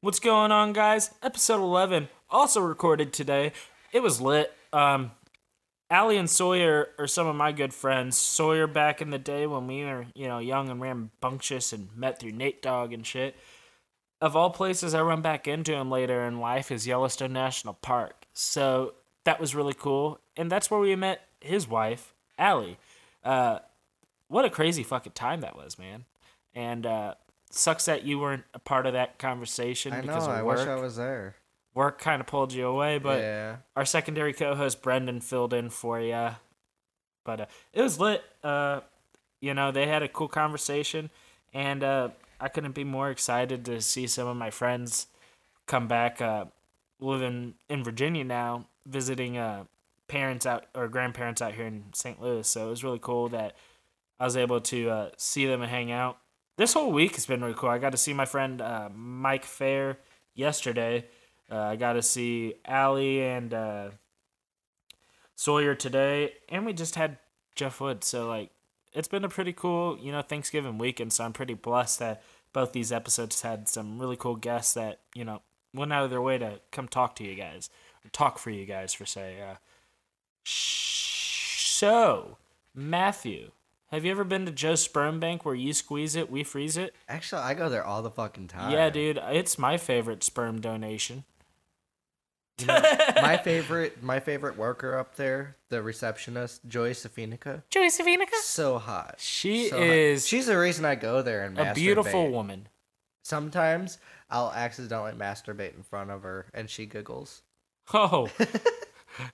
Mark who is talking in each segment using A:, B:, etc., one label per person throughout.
A: What's going on, guys? Episode 11, also recorded today. It was lit. Um, Allie and Sawyer are some of my good friends. Sawyer back in the day when we were, you know, young and rambunctious and met through Nate Dogg and shit. Of all places, I run back into him later in life is Yellowstone National Park. So that was really cool. And that's where we met his wife, Allie. Uh, what a crazy fucking time that was, man. And uh, sucks that you weren't a part of that conversation
B: I know.
A: because of
B: I
A: work.
B: wish I was there.
A: Work kind of pulled you away, but
B: yeah,
A: our secondary co-host Brendan filled in for you. But uh, it was lit. Uh, you know, they had a cool conversation, and uh, I couldn't be more excited to see some of my friends come back. Uh, living in Virginia now, visiting uh, parents out or grandparents out here in St. Louis. So it was really cool that I was able to uh, see them and hang out. This whole week has been really cool. I got to see my friend uh, Mike Fair yesterday. Uh, I got to see Allie and uh, Sawyer today, and we just had Jeff Wood. So like, it's been a pretty cool, you know, Thanksgiving weekend. So I'm pretty blessed that both these episodes had some really cool guests that you know went out of their way to come talk to you guys, or talk for you guys for say. Uh, sh- so, Matthew, have you ever been to Joe's Sperm Bank where you squeeze it, we freeze it?
B: actually, I go there all the fucking time.
A: Yeah, dude, it's my favorite sperm donation.
B: my favorite, my favorite worker up there, the receptionist, Joy Safinica.
A: Joyce Savinica.
B: So hot.
A: She
B: So hot.
A: is
B: She's the reason I go there and
A: a
B: masturbate.
A: beautiful woman.
B: Sometimes I'll accidentally masturbate in front of her, and she giggles.
A: Oh,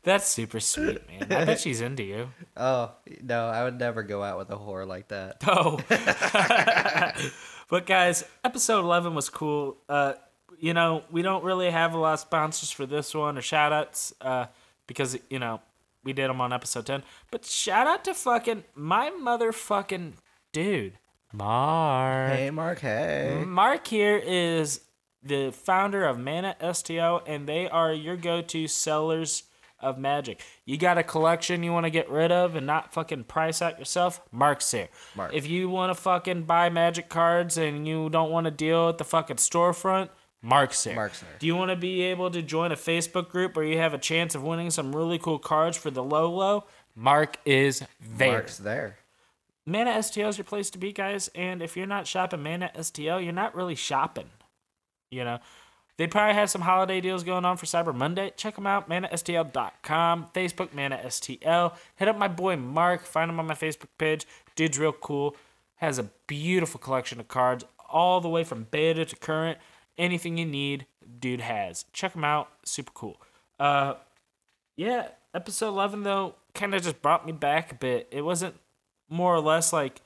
A: that's super sweet, man. I bet she's into you.
B: Oh no, I would never go out with a whore like that.
A: Oh. but guys, episode 11 was cool. Uh, you know, we don't really have a lot of sponsors for this one or shout outs uh, because, you know, we did them on episode 10. But shout out to fucking my motherfucking dude, Mark.
B: Hey, Mark. Hey.
A: Mark here is the founder of Mana STO, and they are your go to sellers of magic. You got a collection you want to get rid of and not fucking price out yourself? Mark's here.
B: Mark.
A: If you want to fucking buy magic cards and you don't want to deal at the fucking storefront, Mark's there.
B: Mark's there.
A: Do you want to be able to join a Facebook group where you have a chance of winning some really cool cards for the low low? Mark is there.
B: Mark's there.
A: Mana STL is your place to be, guys. And if you're not shopping Mana STL, you're not really shopping. You know, they probably have some holiday deals going on for Cyber Monday. Check them out, manastl.com, Facebook, Mana STL. Hit up my boy Mark, find him on my Facebook page. Dude's real cool, has a beautiful collection of cards, all the way from beta to current. Anything you need, dude has. Check him out, super cool. Uh, yeah, episode 11, though, kind of just brought me back a bit. It wasn't more or less like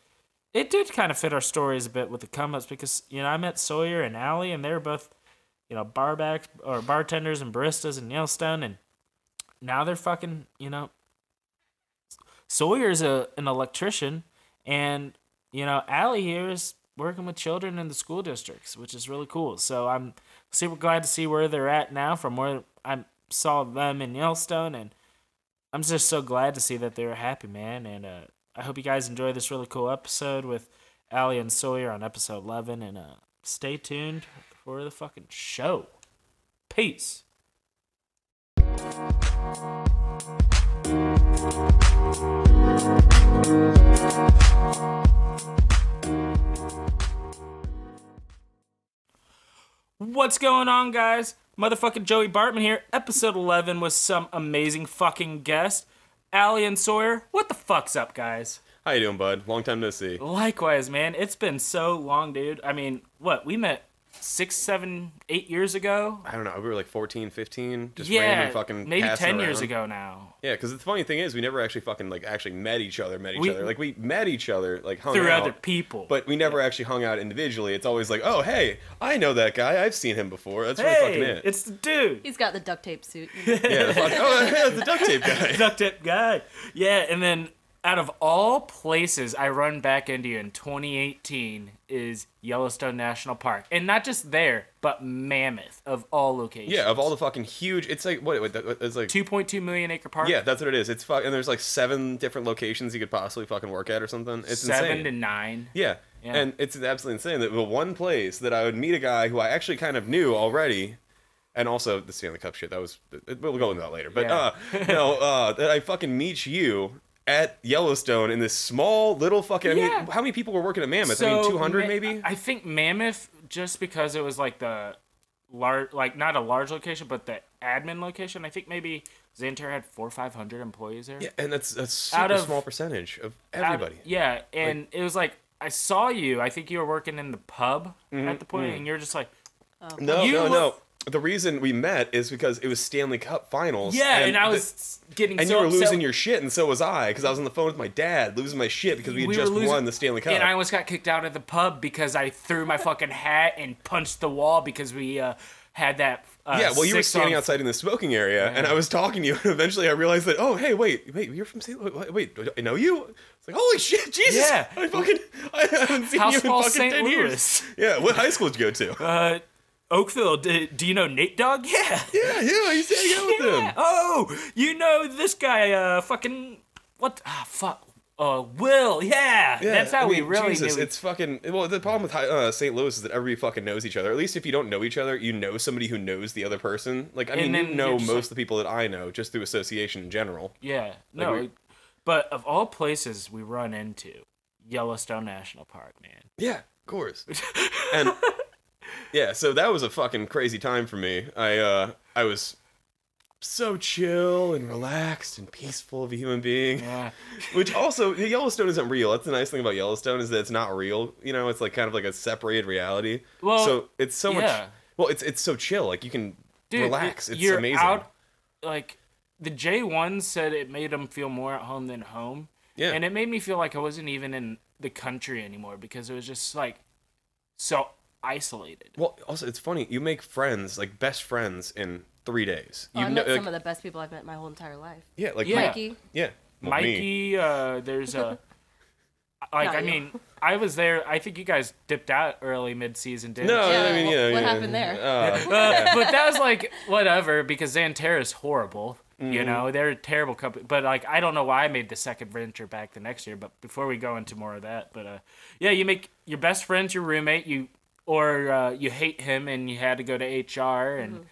A: it did kind of fit our stories a bit with the come ups because you know I met Sawyer and Allie and they were both you know barbacks or bartenders and baristas in Yellowstone and now they're fucking you know Sawyer's a an electrician and you know Allie here is working with children in the school districts which is really cool so I'm super glad to see where they're at now from where I saw them in Yellowstone and I'm just so glad to see that they were happy, man. And uh, I hope you guys enjoy this really cool episode with Allie and Sawyer on episode 11. And uh, stay tuned for the fucking show. Peace. What's going on, guys? Motherfucking Joey Bartman here. Episode 11 with some amazing fucking guest, Allie and Sawyer. What the fuck's up, guys?
C: How you doing, bud? Long time no see.
A: Likewise, man. It's been so long, dude. I mean, what? We met six, seven, eight years ago?
C: I don't know. We were like 14, 15, just
A: yeah,
C: random fucking
A: maybe
C: passing
A: 10 years
C: around.
A: ago now.
C: Yeah, because the funny thing is, we never actually fucking like actually met each other. Met each
A: We-
C: other. Like we met each other, like hung
A: Through
C: out,
A: other people.
C: but we never actually hung out individually. It's always like, oh hey, I know that guy. I've seen him before. That's really
A: hey,
C: fucking it.
A: it's the dude.
D: He's got the duct tape suit.
C: yeah, the fuck, oh hey, that's the duct tape guy.
A: Duct tape guy. Yeah, and then out of all places I run back into you in 2018 is Yellowstone National Park. And not just there, but Mammoth of all locations.
C: yeah, of all the fucking huge, it's like what? what it's like
A: 2.2 million acre park.
C: Yeah, that's what it is. It's fuck, and there's like seven different locations you could possibly fucking work at or something. It's
A: seven
C: insane.
A: to nine.
C: Yeah,
A: Yeah.
C: And it's absolutely insane that the one place that I would meet a guy who I actually kind of knew already, and also the Stanley Cup shit, that was, we'll go into that later. But
A: Yeah.
C: uh, no, uh, that I fucking meet you at Yellowstone in this small little fucking, I
A: Yeah.
C: mean, how many people were working at Mammoth? I mean, 200
A: Ma-
C: maybe?
A: I think Mammoth, just because it was like the large, like not a large location, but the admin location. I think maybe Xantar had four or five hundred employees there.
C: yeah, and that's a
A: Out
C: super
A: of-
C: small percentage of
A: Out-
C: everybody.
A: yeah, and it was like I saw you. I think you were working in the pub
C: Mm-hmm,
A: at the point, and you're just like,
C: No,
A: You
C: no, no.
A: look-
C: The reason we met is because it was Stanley Cup finals.
A: yeah, and, I
C: the-
A: was getting
C: and
A: so
C: you were
A: upset.
C: losing your shit, and so was I, because I was on the phone with my dad, losing my shit because we had
A: We were
C: just
A: losing-
C: won the Stanley Cup.
A: And I almost got kicked out of the pub because I threw my fucking hat and punched the wall because we uh, had that. Uh,
C: yeah, well, you were
A: six
C: standing
A: on-
C: outside in the smoking area, and I was talking to you, and eventually I realized that, oh, hey, wait, wait, you're from St. Louis. Wait, wait, do I know you? It's like, holy shit, Jesus.
A: Yeah.
C: I fucking, I haven't seen
A: How
C: you in
A: small
C: fucking
A: St.
C: 10 years.
A: Louis?
C: Yeah, what high school did you go to?
A: Uh, Oakville. Do, do you know Nate Dogg? Yeah.
C: yeah, yeah, I used to hang out with
A: Yeah.
C: them.
A: Oh, you know this guy, uh, fucking what? Ah, fuck. Uh, Will. Yeah.
C: Yeah,
A: That's how
C: I
A: we
C: mean,
A: really
C: Jesus,
A: knew.
C: it's fucking. Well, the problem with hi- uh, St. Louis is that everybody fucking knows each other. At least if you don't know each other, you know somebody who knows the other person. Like, I mean,
A: then
C: you
A: you're
C: know
A: just
C: most
A: like-
C: of the people that I know just through association in general.
A: yeah. No.
C: we-
A: but of all places we run into, Yellowstone National Park, man.
C: Yeah, of course. and yeah, so that was a fucking crazy time for me. I uh, I was so chill and relaxed and peaceful of a human being.
A: Yeah.
C: Which also Yellowstone isn't real. That's the nice thing about Yellowstone is that it's not real. You know, it's like kind of like a separated reality.
A: Well,
C: so it's so
A: yeah.
C: much. Well, it's it's so chill. Like you can
A: Dude,
C: relax.
A: it-
C: It's
A: you're
C: amazing.
A: out. Like the J one said, it made them feel more at home than home.
C: Yeah.
A: And it made me feel like I wasn't even in the country anymore because it was just like so isolated.
C: Well, also it's funny. You make friends, like best friends, in three days. You
D: Oh, I
C: know,
D: met
C: like,
D: some of the best people I've met my whole entire life.
C: yeah, like
A: Yeah.
C: Mike-
D: Mikey,
C: yeah, Well, me.
A: Mikey, uh, there's a like
D: Not
A: I
D: you.
A: mean, I was there. I think you guys dipped out early mid-season, didn't
C: No,
A: you?
D: Yeah,
C: Oh, I mean,
D: what-
C: yeah,
D: what
C: yeah,
D: happened there?
C: uh,
A: Uh, but that was like whatever because Xantera's horrible.
C: Mm-hmm.
A: You know, they're a terrible company. But like, I don't know why I made the second venture back the next year. But before we go into more of that, but uh, yeah, you make your best friend's your roommate. You or uh, you hate him and you had to go to HR and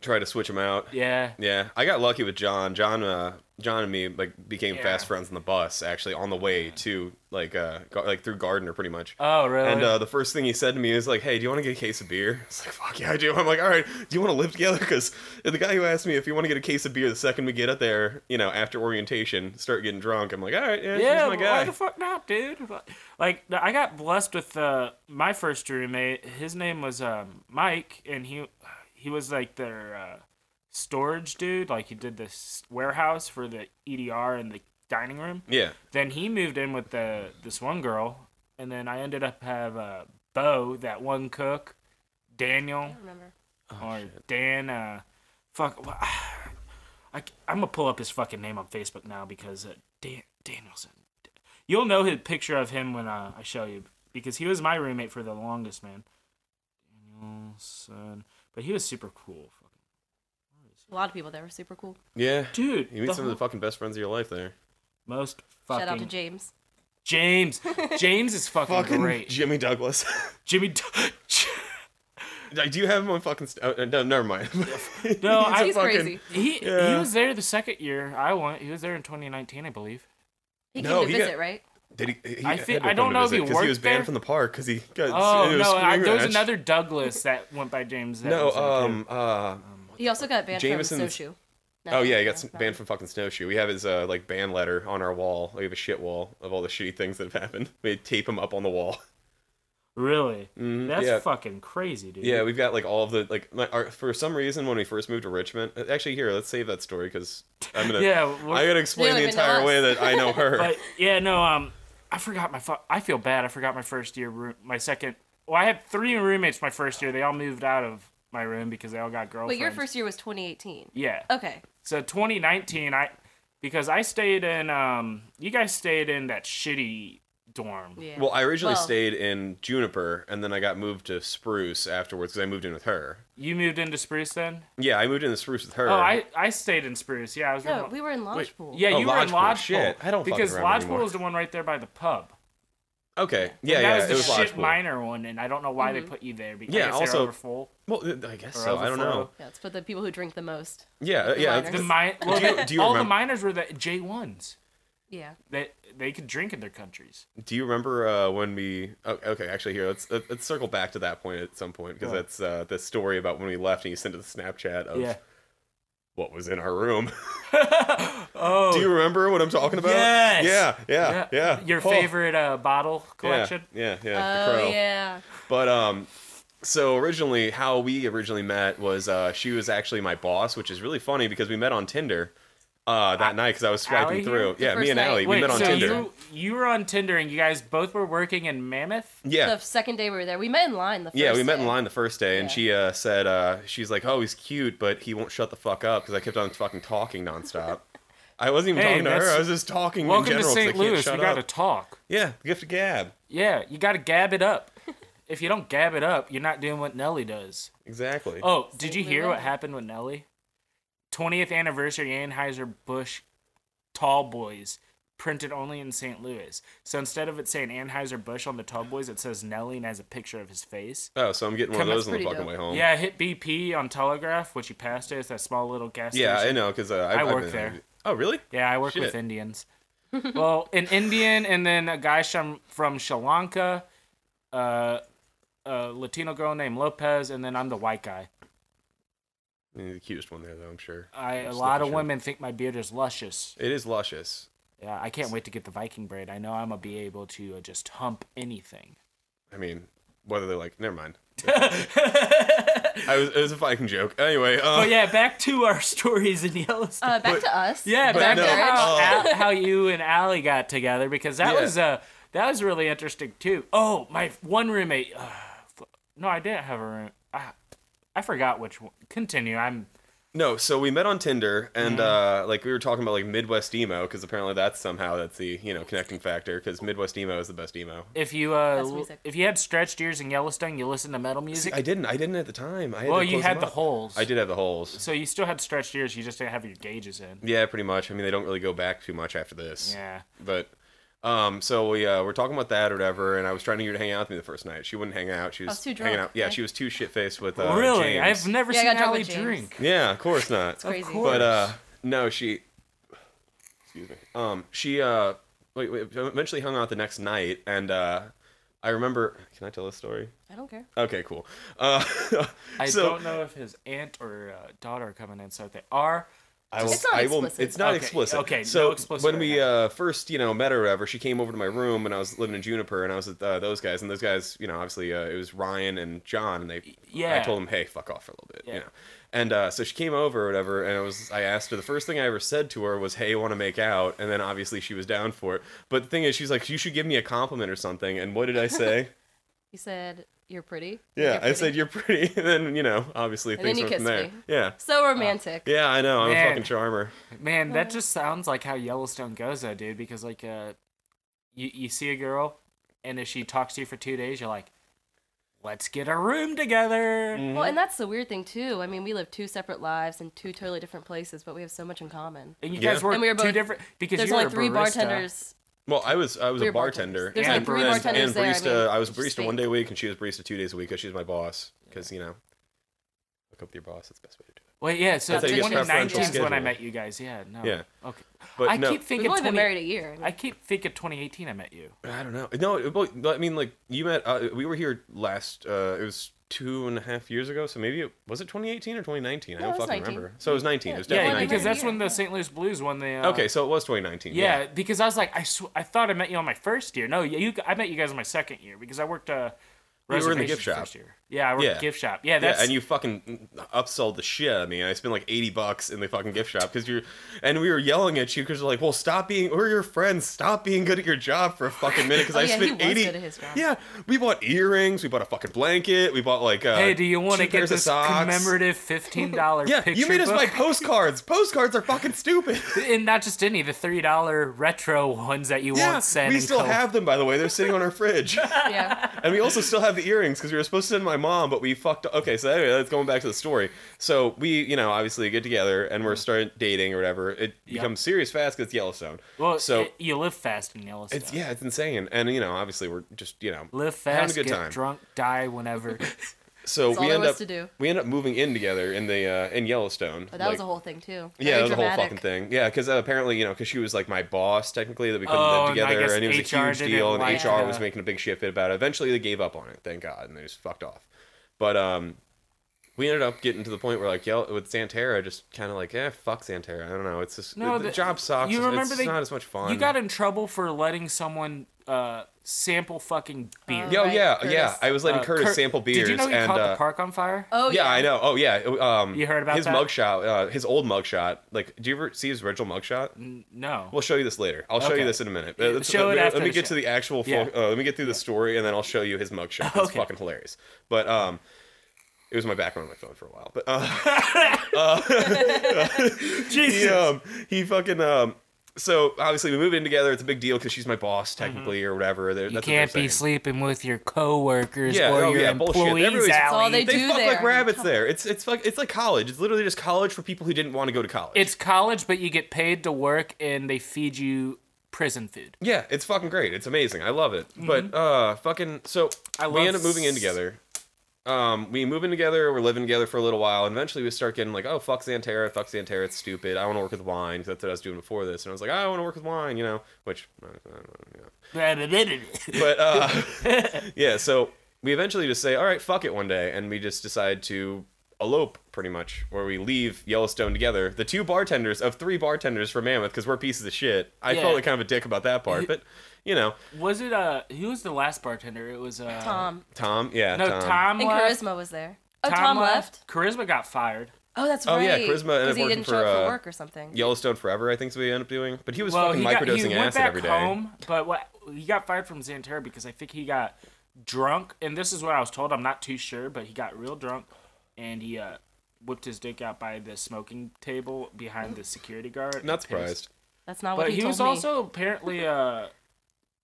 C: try to switch them out.
A: yeah,
C: Mm-hmm. Yeah, I got lucky with John. John, uh, John and me like became
A: Yeah.
C: fast friends on the bus. Actually, on the way to like uh gar- like through Gardner, pretty much.
A: oh really?
C: and uh, the first thing he said to me is like, "Hey, do you want to get a case of beer?" It's like, "Fuck yeah, I do." I'm like, "All right, do you want to live together?" Because the guy who asked me if you want to get a case of beer the second we get up there, you know, after orientation, start getting drunk. I'm like, "All right, yeah,
A: Yeah,
C: he's my
A: but why
C: guy."
A: the fuck not, dude? Like, I got blessed with uh, my first roommate. His name was um, Mike, and he he was like their uh, storage dude. Like, he did this warehouse for the E EDR and the dining room.
C: yeah,
A: Then he moved in with the this one girl, and then I ended up have uh, Bo, that one cook, Daniel,
D: I remember.
C: Oh,
A: or Dan. Uh, fuck. wha- I, am gonna pull up his fucking name on Facebook now because uh, Dan Danielson. You'll know his picture of him when uh, I show you because he was my roommate for the longest, man. Danielson, but he was super cool.
D: A lot of people there were super cool.
C: yeah,
A: Dude,
C: you meet
A: the
C: some of the
A: whole-
C: fucking best friends of your life there.
A: most fucking
D: Shout out to James.
A: James. James is fucking,
C: Fucking
A: great.
C: Jimmy Douglas.
A: Jimmy. D-
C: Like, do you have him on fucking? St- oh, no, never mind.
A: no, I.
D: He's
C: fucking-
D: crazy.
A: He he
C: Yeah.
A: was there the second year I went. He was there in 2019, I believe.
D: He
C: No,
D: came to
C: he
D: visit,
C: got-
D: right?
C: Did he? he
A: I
C: had
A: think-
C: to
A: I
C: come
A: don't
C: to
A: know if he
C: visit 'cause
A: worked
C: was banned
A: there.
C: from the park because he got.
A: Oh
C: it was
A: no, I,
C: screaming
A: there was
C: match.
A: another Douglas that went by James. That
C: No,
A: was there, too.
C: um, uh,
D: He also got banned
C: Jameson's-
D: from Soshu.
C: oh yeah, he got s- banned from fucking snowshoe. We have his uh like ban letter on our wall. We have a shit wall of all the shitty things that have happened. We tape him up on the wall.
A: Really? That's
C: mm-hmm, yeah.
A: fucking crazy, dude.
C: Yeah, we've got like all of the like my, our, for some reason when we first moved to Richmond. uh, Actually, here let's save that story because I'm gonna
A: Yeah, we're-
C: I gotta explain
D: don't
C: the
D: even know
C: entire
D: us.
C: way that I know her.
A: But yeah, no, um I forgot my fu- I feel bad. I forgot my first year room, my second Well, I had three roommates my first year. They all moved out of my room because they all got
D: Wait,
A: girlfriends.
D: your first Oh. year was 2018.
A: Yeah.
D: Okay.
A: So 2019 I because I stayed in um you guys stayed in that shitty dorm.
D: Yeah.
C: well, I originally
D: Well,
C: stayed in Juniper and then I got moved to Spruce afterwards because I moved in with her.
A: You moved into Spruce then?
C: Yeah, I moved into Spruce with her.
A: Oh, I I stayed in Spruce. Yeah, I was
D: No,
A: gonna-
D: we were in Lodgepool.
A: Yeah,
C: Oh,
A: you were in
C: Lodgepole.
A: Lodgepole.
C: Shit, I don't fucking
A: because
C: remember
A: Lodgepole
C: anymore.
A: is the one right there by the pub.
C: Okay. Yeah,
A: And
C: yeah.
A: that
C: it
A: was
C: was
A: the shit
C: Lodgepole.
A: minor one, and I don't know why
C: Mm-hmm.
A: they put you there because
C: Yeah,
A: they're
C: also-
A: overfull.
C: Well, th- I guess
A: Or
C: so. I don't know.
A: overflow.
D: Yeah, it's for the people who drink the most.
C: Yeah, uh, yeah.
D: minors.
A: The
C: th-
A: mi- well,
C: Do you-
A: they-
C: do you
A: all the
C: remember-
A: minors were the J ones.
D: Yeah.
A: They they could drink in their countries.
C: Do you remember uh, when we? Oh, okay, actually, here let's let- let's circle back to that point at some point because
A: What?
C: that's uh, the story about when we left and you sent us a Snapchat of
A: Yeah.
C: what was in our room.
A: Oh.
C: Do you remember what I'm talking about?
A: Yes.
C: Yeah, yeah, yeah.
A: Your
C: Oh,
A: favorite uh, bottle
C: yeah,
A: collection?
C: Yeah, yeah. the
D: Oh
C: crow.
D: yeah.
C: But um, so originally, how we originally met was uh, she was actually my boss, which is really funny because we met on Tinder uh, that night 'cause night because I was swiping
A: Allie here?
C: through.
D: The
C: Yeah, me
D: first
C: and
D: night.
C: Allie, we
A: Wait,
C: met on
A: so
C: Tinder.
A: you you were on Tinder and you guys both were working in Mammoth?
C: yeah.
D: The second day we were there, we met in line. The first
C: Yeah, we met in
D: day.
C: line the first day, and
D: Yeah.
C: she uh, said uh, she's like, "Oh, he's cute, but he won't shut the fuck up because I kept on fucking talking nonstop." I wasn't even
A: Hey,
C: talking to her;
A: that's-
C: I was just talking in
A: Welcome
C: general.
A: to
C: 'cause I
A: St.
C: can't
A: Louis.
C: shut
A: We got to
C: up.
A: talk.
C: yeah, the gift of gab.
A: Yeah, you got to gab it up. if you don't gab it up, you're not doing what Nelly does.
C: Exactly.
A: Oh, did you
D: St.
A: hear what
D: Louis.
A: happened with Nelly? 20th anniversary Anheuser-Busch Tall Boys printed only in St. Louis. So instead of it saying Anheuser-Busch on the Tall Boys, it says Nelly and has a picture of his face.
C: Oh, so I'm getting one of
A: Come on,
C: those on the
D: pretty
C: fucking
D: dope.
C: way home.
A: Yeah, I hit BP on Telegraph, which you passed it. It's that small little gas
C: yeah, I
A: station.
C: know because uh, I,
A: I
C: I've
A: work
C: been-
A: there.
C: Oh, really?
A: Yeah, I work
C: Shit.
A: with Indians. well, an Indian and then a guy from from Sri Lanka, uh, a Latino girl named Lopez, and then I'm the white guy.
C: You're the cutest one there, though. I'm sure.
A: I a
C: Just
A: lot
C: looking
A: of
C: sure.
A: women think my beard is luscious.
C: It is luscious.
A: Yeah, I can't wait to get the Viking braid. I know I'm gonna be able to uh, just hump anything.
C: I mean, whether they're like, never mind. I was, it was a Viking joke. Anyway, uh,
A: But yeah, back to our stories in Yellowstone.
D: Uh, back
C: But-
D: to us.
A: yeah,
D: and
C: but
A: back
D: our
C: no,
A: to
D: marriage.
A: how,
C: oh.
A: Al- how you and Allie got together because that
C: Yeah.
A: was uh that was really interesting too. Oh, my one roommate. Uh, f- no, I didn't have a room. I, I forgot which one. Continue. I'm
C: No, so we met on Tinder,
A: Mm.
C: and uh, like we were talking about like Midwest emo, because apparently that's somehow that's the you know connecting factor, because Midwest emo is the best emo.
A: if you uh
D: That's
A: l-
D: music.
A: if you had stretched ears in Yellowstone, you listen to metal music.
C: I didn't, I didn't at the time. I had
A: well,
C: to
A: you
C: close
A: had
C: them
A: the
C: up.
A: holes.
C: I did have the holes.
A: So you still had stretched ears. You just didn't have your gauges in.
C: Yeah, pretty much. I mean, they don't really go back too much after this.
A: Yeah.
C: But, um, so we uh, we're talking about that or whatever, and I was trying to get her to hang out with me the first night. She wouldn't hang out. She was,
D: was too
C: hanging
D: drunk,
C: out. Yeah,
D: right?
C: she was too shit faced with. Uh,
A: really?
C: James.
A: I've never
D: Yeah, I
A: seen
D: got drunk
A: Allie
D: with James.
A: drink.
C: Yeah, of course not.
D: It's crazy.
A: course.
C: But uh, no, she. Excuse me. Um, she uh, wait, wait, eventually hung out the next night, and uh, I remember. Can I tell this story?
D: I don't care.
C: Okay, cool. Uh,
A: I
C: so
A: don't know if his aunt or uh, daughter are coming in. So if they are,
C: I will.
D: It's not
C: I will.
D: explicit.
C: It's not
A: Okay,
C: explicit.
A: okay, no
C: So
A: explicit
C: when
A: right
C: we
A: now.
C: uh, first, you know, met her, or whatever, she came over to my room, and I was living in Juniper, and I was with uh, those guys, and those guys, you know, obviously uh, it was Ryan and John, and they. I
A: Yeah.
C: told them, hey, fuck off for a little bit. You
A: Yeah.
C: know? And uh, so she came over or whatever, and I was. I asked her. The first thing I ever said to her was, "Hey, want to make out?" And then obviously she was down for it. But the thing is, she's like, "You should give me a compliment or something." And what did I say?
D: You said you're pretty.
C: yeah,
D: You're
C: I
D: pretty.
C: said, "You're pretty." And then you know, obviously
D: And then
C: things
D: you
C: went from there.
D: kissed me.
C: Yeah.
D: so romantic.
C: Yeah, I know. I'm a
A: Man.
C: fucking charmer.
A: Man,
D: Oh.
A: that just sounds like how Yellowstone goes, though, dude. Because like, uh, you you see a girl, and if she talks to you for two days, you're like, let's get a room together.
C: Mm.
D: Well,
C: Mm-hmm.
D: and that's the weird thing too. I mean, we live two separate lives in two totally different places, but we have so much in common.
A: And you
C: Yeah.
A: guys were,
D: And we were
A: two
D: both-
A: different because
D: There's
A: you were
D: like
A: a
D: three
A: barista.
D: bartenders.
C: Well, I was I was
D: We
C: a
D: were
C: bartender.
D: bartenders. There's,
A: like,
C: and
A: three
C: barista-
D: bartenders
C: and
D: there, I
C: barista.
D: mean,
C: was
D: it's just
C: barista one
D: fate.
C: day a week, and she was barista two days a week because she's my boss. Because you know, hook up with your boss. That's the best way to do it.
A: Wait, yeah. So
D: That's how you get
A: 2019 is when I
C: preferential
A: met you guys. Yeah. No.
C: Yeah.
A: Okay.
C: But
A: I
C: no,
A: keep
D: We've
A: thinking
D: only been
A: 20
D: married a year.
A: I keep thinking 2018. I met you.
C: I don't know. No, it- well, I mean, like you met. Uh, we were here last. Uh, it was two and a half years ago. So maybe it was it 2018 or 2019. I
D: No,
C: don't
D: it was
C: fucking
D: 19.
C: remember. So it was 19. It was
A: Yeah,
C: definitely
D: Well, I
A: because
C: 19.
D: remember
A: that's
D: you,
A: when the
D: yeah.
A: St. Louis Blues won the. Uh,
C: okay, so it was 2019.
A: Yeah,
C: Yeah.
A: because I was like, I sw- I thought I met you on my first year. No, yeah, you, I met you guys on my second year because I worked uh,
C: You were in the
A: reservations
C: gift shop.
A: first year. Yeah, I worked
C: Yeah.
A: a gift shop. Yeah, that's
C: yeah, and you fucking upsold the shit out of me. I spent like eighty bucks in the fucking gift shop because you're, and we were yelling at you because you're like, well, stop being, we're your friends, stop being good at your job for a fucking minute because
D: Oh,
C: I
D: yeah, he
C: spent
D: was
C: eighty.
D: good at his job.
C: Yeah, we bought earrings, we bought a fucking blanket, we bought like. Uh,
A: hey, do you want to
C: two pairs
A: get
C: of
A: this
C: socks.
A: commemorative fifteen dollar
C: Yeah,
A: picture
C: you made us
A: book?
C: buy postcards. postcards are fucking stupid.
A: and not just any the three dollar retro ones that you
C: yeah,
A: won't send.
C: we
A: and
C: still
A: co-
C: have them by the way. They're sitting on our fridge,
D: yeah.
C: and we also still have the earrings because we were supposed to send my my mom, but we fucked. Okay, so anyway, that's going back to the story. So we, you know, obviously get together and
A: Mm.
C: we're starting dating or whatever. It
A: Yeah.
C: becomes serious fast because it's Yellowstone.
A: Well,
C: so
A: it- you live fast in Yellowstone.
C: it's yeah, it's insane. And you know, obviously we're just you know
A: Live
C: having
A: fast, get drunk, die whenever.
C: So
D: That's
C: we
D: all there
C: end
D: was
C: up
D: to do.
C: we end up moving in together in the uh, in Yellowstone.
D: But that was
C: like-
D: a whole thing too.
C: yeah,
D: Very
C: that was a whole
D: dramatic.
C: fucking thing. Yeah, because uh, apparently, you know, because she was like my boss technically that we couldn't
A: Oh,
C: live
A: and I
C: together,
A: guess
C: and it was
A: HR
C: a huge
A: didn't
C: deal, and
A: like
C: HR was
A: that.
C: making a big shit fit about it. Eventually, they gave up on it, thank God, and they just fucked off. But um, we ended up getting to the point where like yell with Santera, just kind of like, eh, fuck Santera. I don't know. It's just
A: No,
C: the,
A: the-
C: the job sucks.
A: you
C: it's-
A: remember
C: it's
A: they-
C: not as much fun.
A: you got in trouble for letting someone uh, sample fucking beer.
C: Yo,
D: Right,
C: yeah,
D: Curtis.
C: yeah. I was letting
A: Uh,
C: Curtis
A: Kurt-
C: sample beers
A: Did you know he
C: and
A: caught
C: uh,
A: the park on fire?
D: Oh yeah,
C: yeah, I know. Oh yeah. it- Um,
A: You heard about
C: his
A: that?
C: mugshot, uh, his old mugshot. Like, do you ever see his original mugshot?
A: No.
C: We'll show you this later. I'll show
A: Okay.
C: you this in a minute. Uh,
A: Yeah,
C: Let's-
A: show
C: let
A: it
C: me,
A: after
C: Let me
A: the
C: get
A: show.
C: to the actual. Full,
A: Yeah.
C: uh, let me get through the story and then I'll show you his mugshot. It's
A: Okay.
C: fucking hilarious. But um, it was my background on my phone for a while. But uh,
A: Jesus.
C: he um he fucking um so obviously we move in together it's a big deal because she's my boss technically or whatever They're-
A: Mm-hmm. You
C: that's what they're
A: can't be
C: saying.
A: sleeping with your coworkers
C: Yeah,
A: or
C: oh,
A: your
C: yeah, bullshit.
A: employees,
C: Everybody's- That's
D: all
A: Allie.
D: they do
C: they fuck like
D: there.
C: rabbits there it's it's like it's like college it's literally just college for people who didn't want to go to college
A: It's college, but you get paid to work and they feed you prison food.
C: yeah it's fucking great it's amazing i love it but uh fucking so
A: Mm-hmm. I
C: we
A: love
C: end up moving in
A: s-
C: together um we move in together we're living together for a little while and eventually we start getting like oh fuck xantera fuck xantera it's stupid i want to work with wine 'cause that's what i was doing before this and i was like i want to work with wine you know which I don't know. but uh, yeah, so we eventually just say, all right, fuck it one day, and we just decide to elope pretty much, where we leave Yellowstone together. The two bartenders of three bartenders for Mammoth, because we're pieces of shit. I
A: Yeah.
C: felt like kind of a dick about that part, but you know,
A: was it uh who was the last bartender? It was uh
D: Tom
C: Tom, yeah,
A: No, Tom,
D: and
A: left.
D: Charisma was there. Oh, Tom left.
A: Charisma got fired.
D: Oh, that's
C: Oh,
D: right.
C: yeah, Charisma ended up
D: because he
C: working
D: didn't show
C: for,
D: up for
C: uh,
D: work or something.
C: Yellowstone Forever, I think is what we end up doing. But he was
A: Well,
C: fucking
A: he got he
C: microdosing
A: went
C: acid
A: back
C: every day.
A: home, but what he got fired from Xantera because I think he got drunk, and this is what I was told. I'm not too sure, but he got real drunk, and he uh, whipped his dick out by the smoking table behind the security guard.
C: Not
A: Pissed.
C: surprised.
D: That's not what
A: But
D: he,
A: he,
D: told
A: was
D: me.
A: also apparently uh,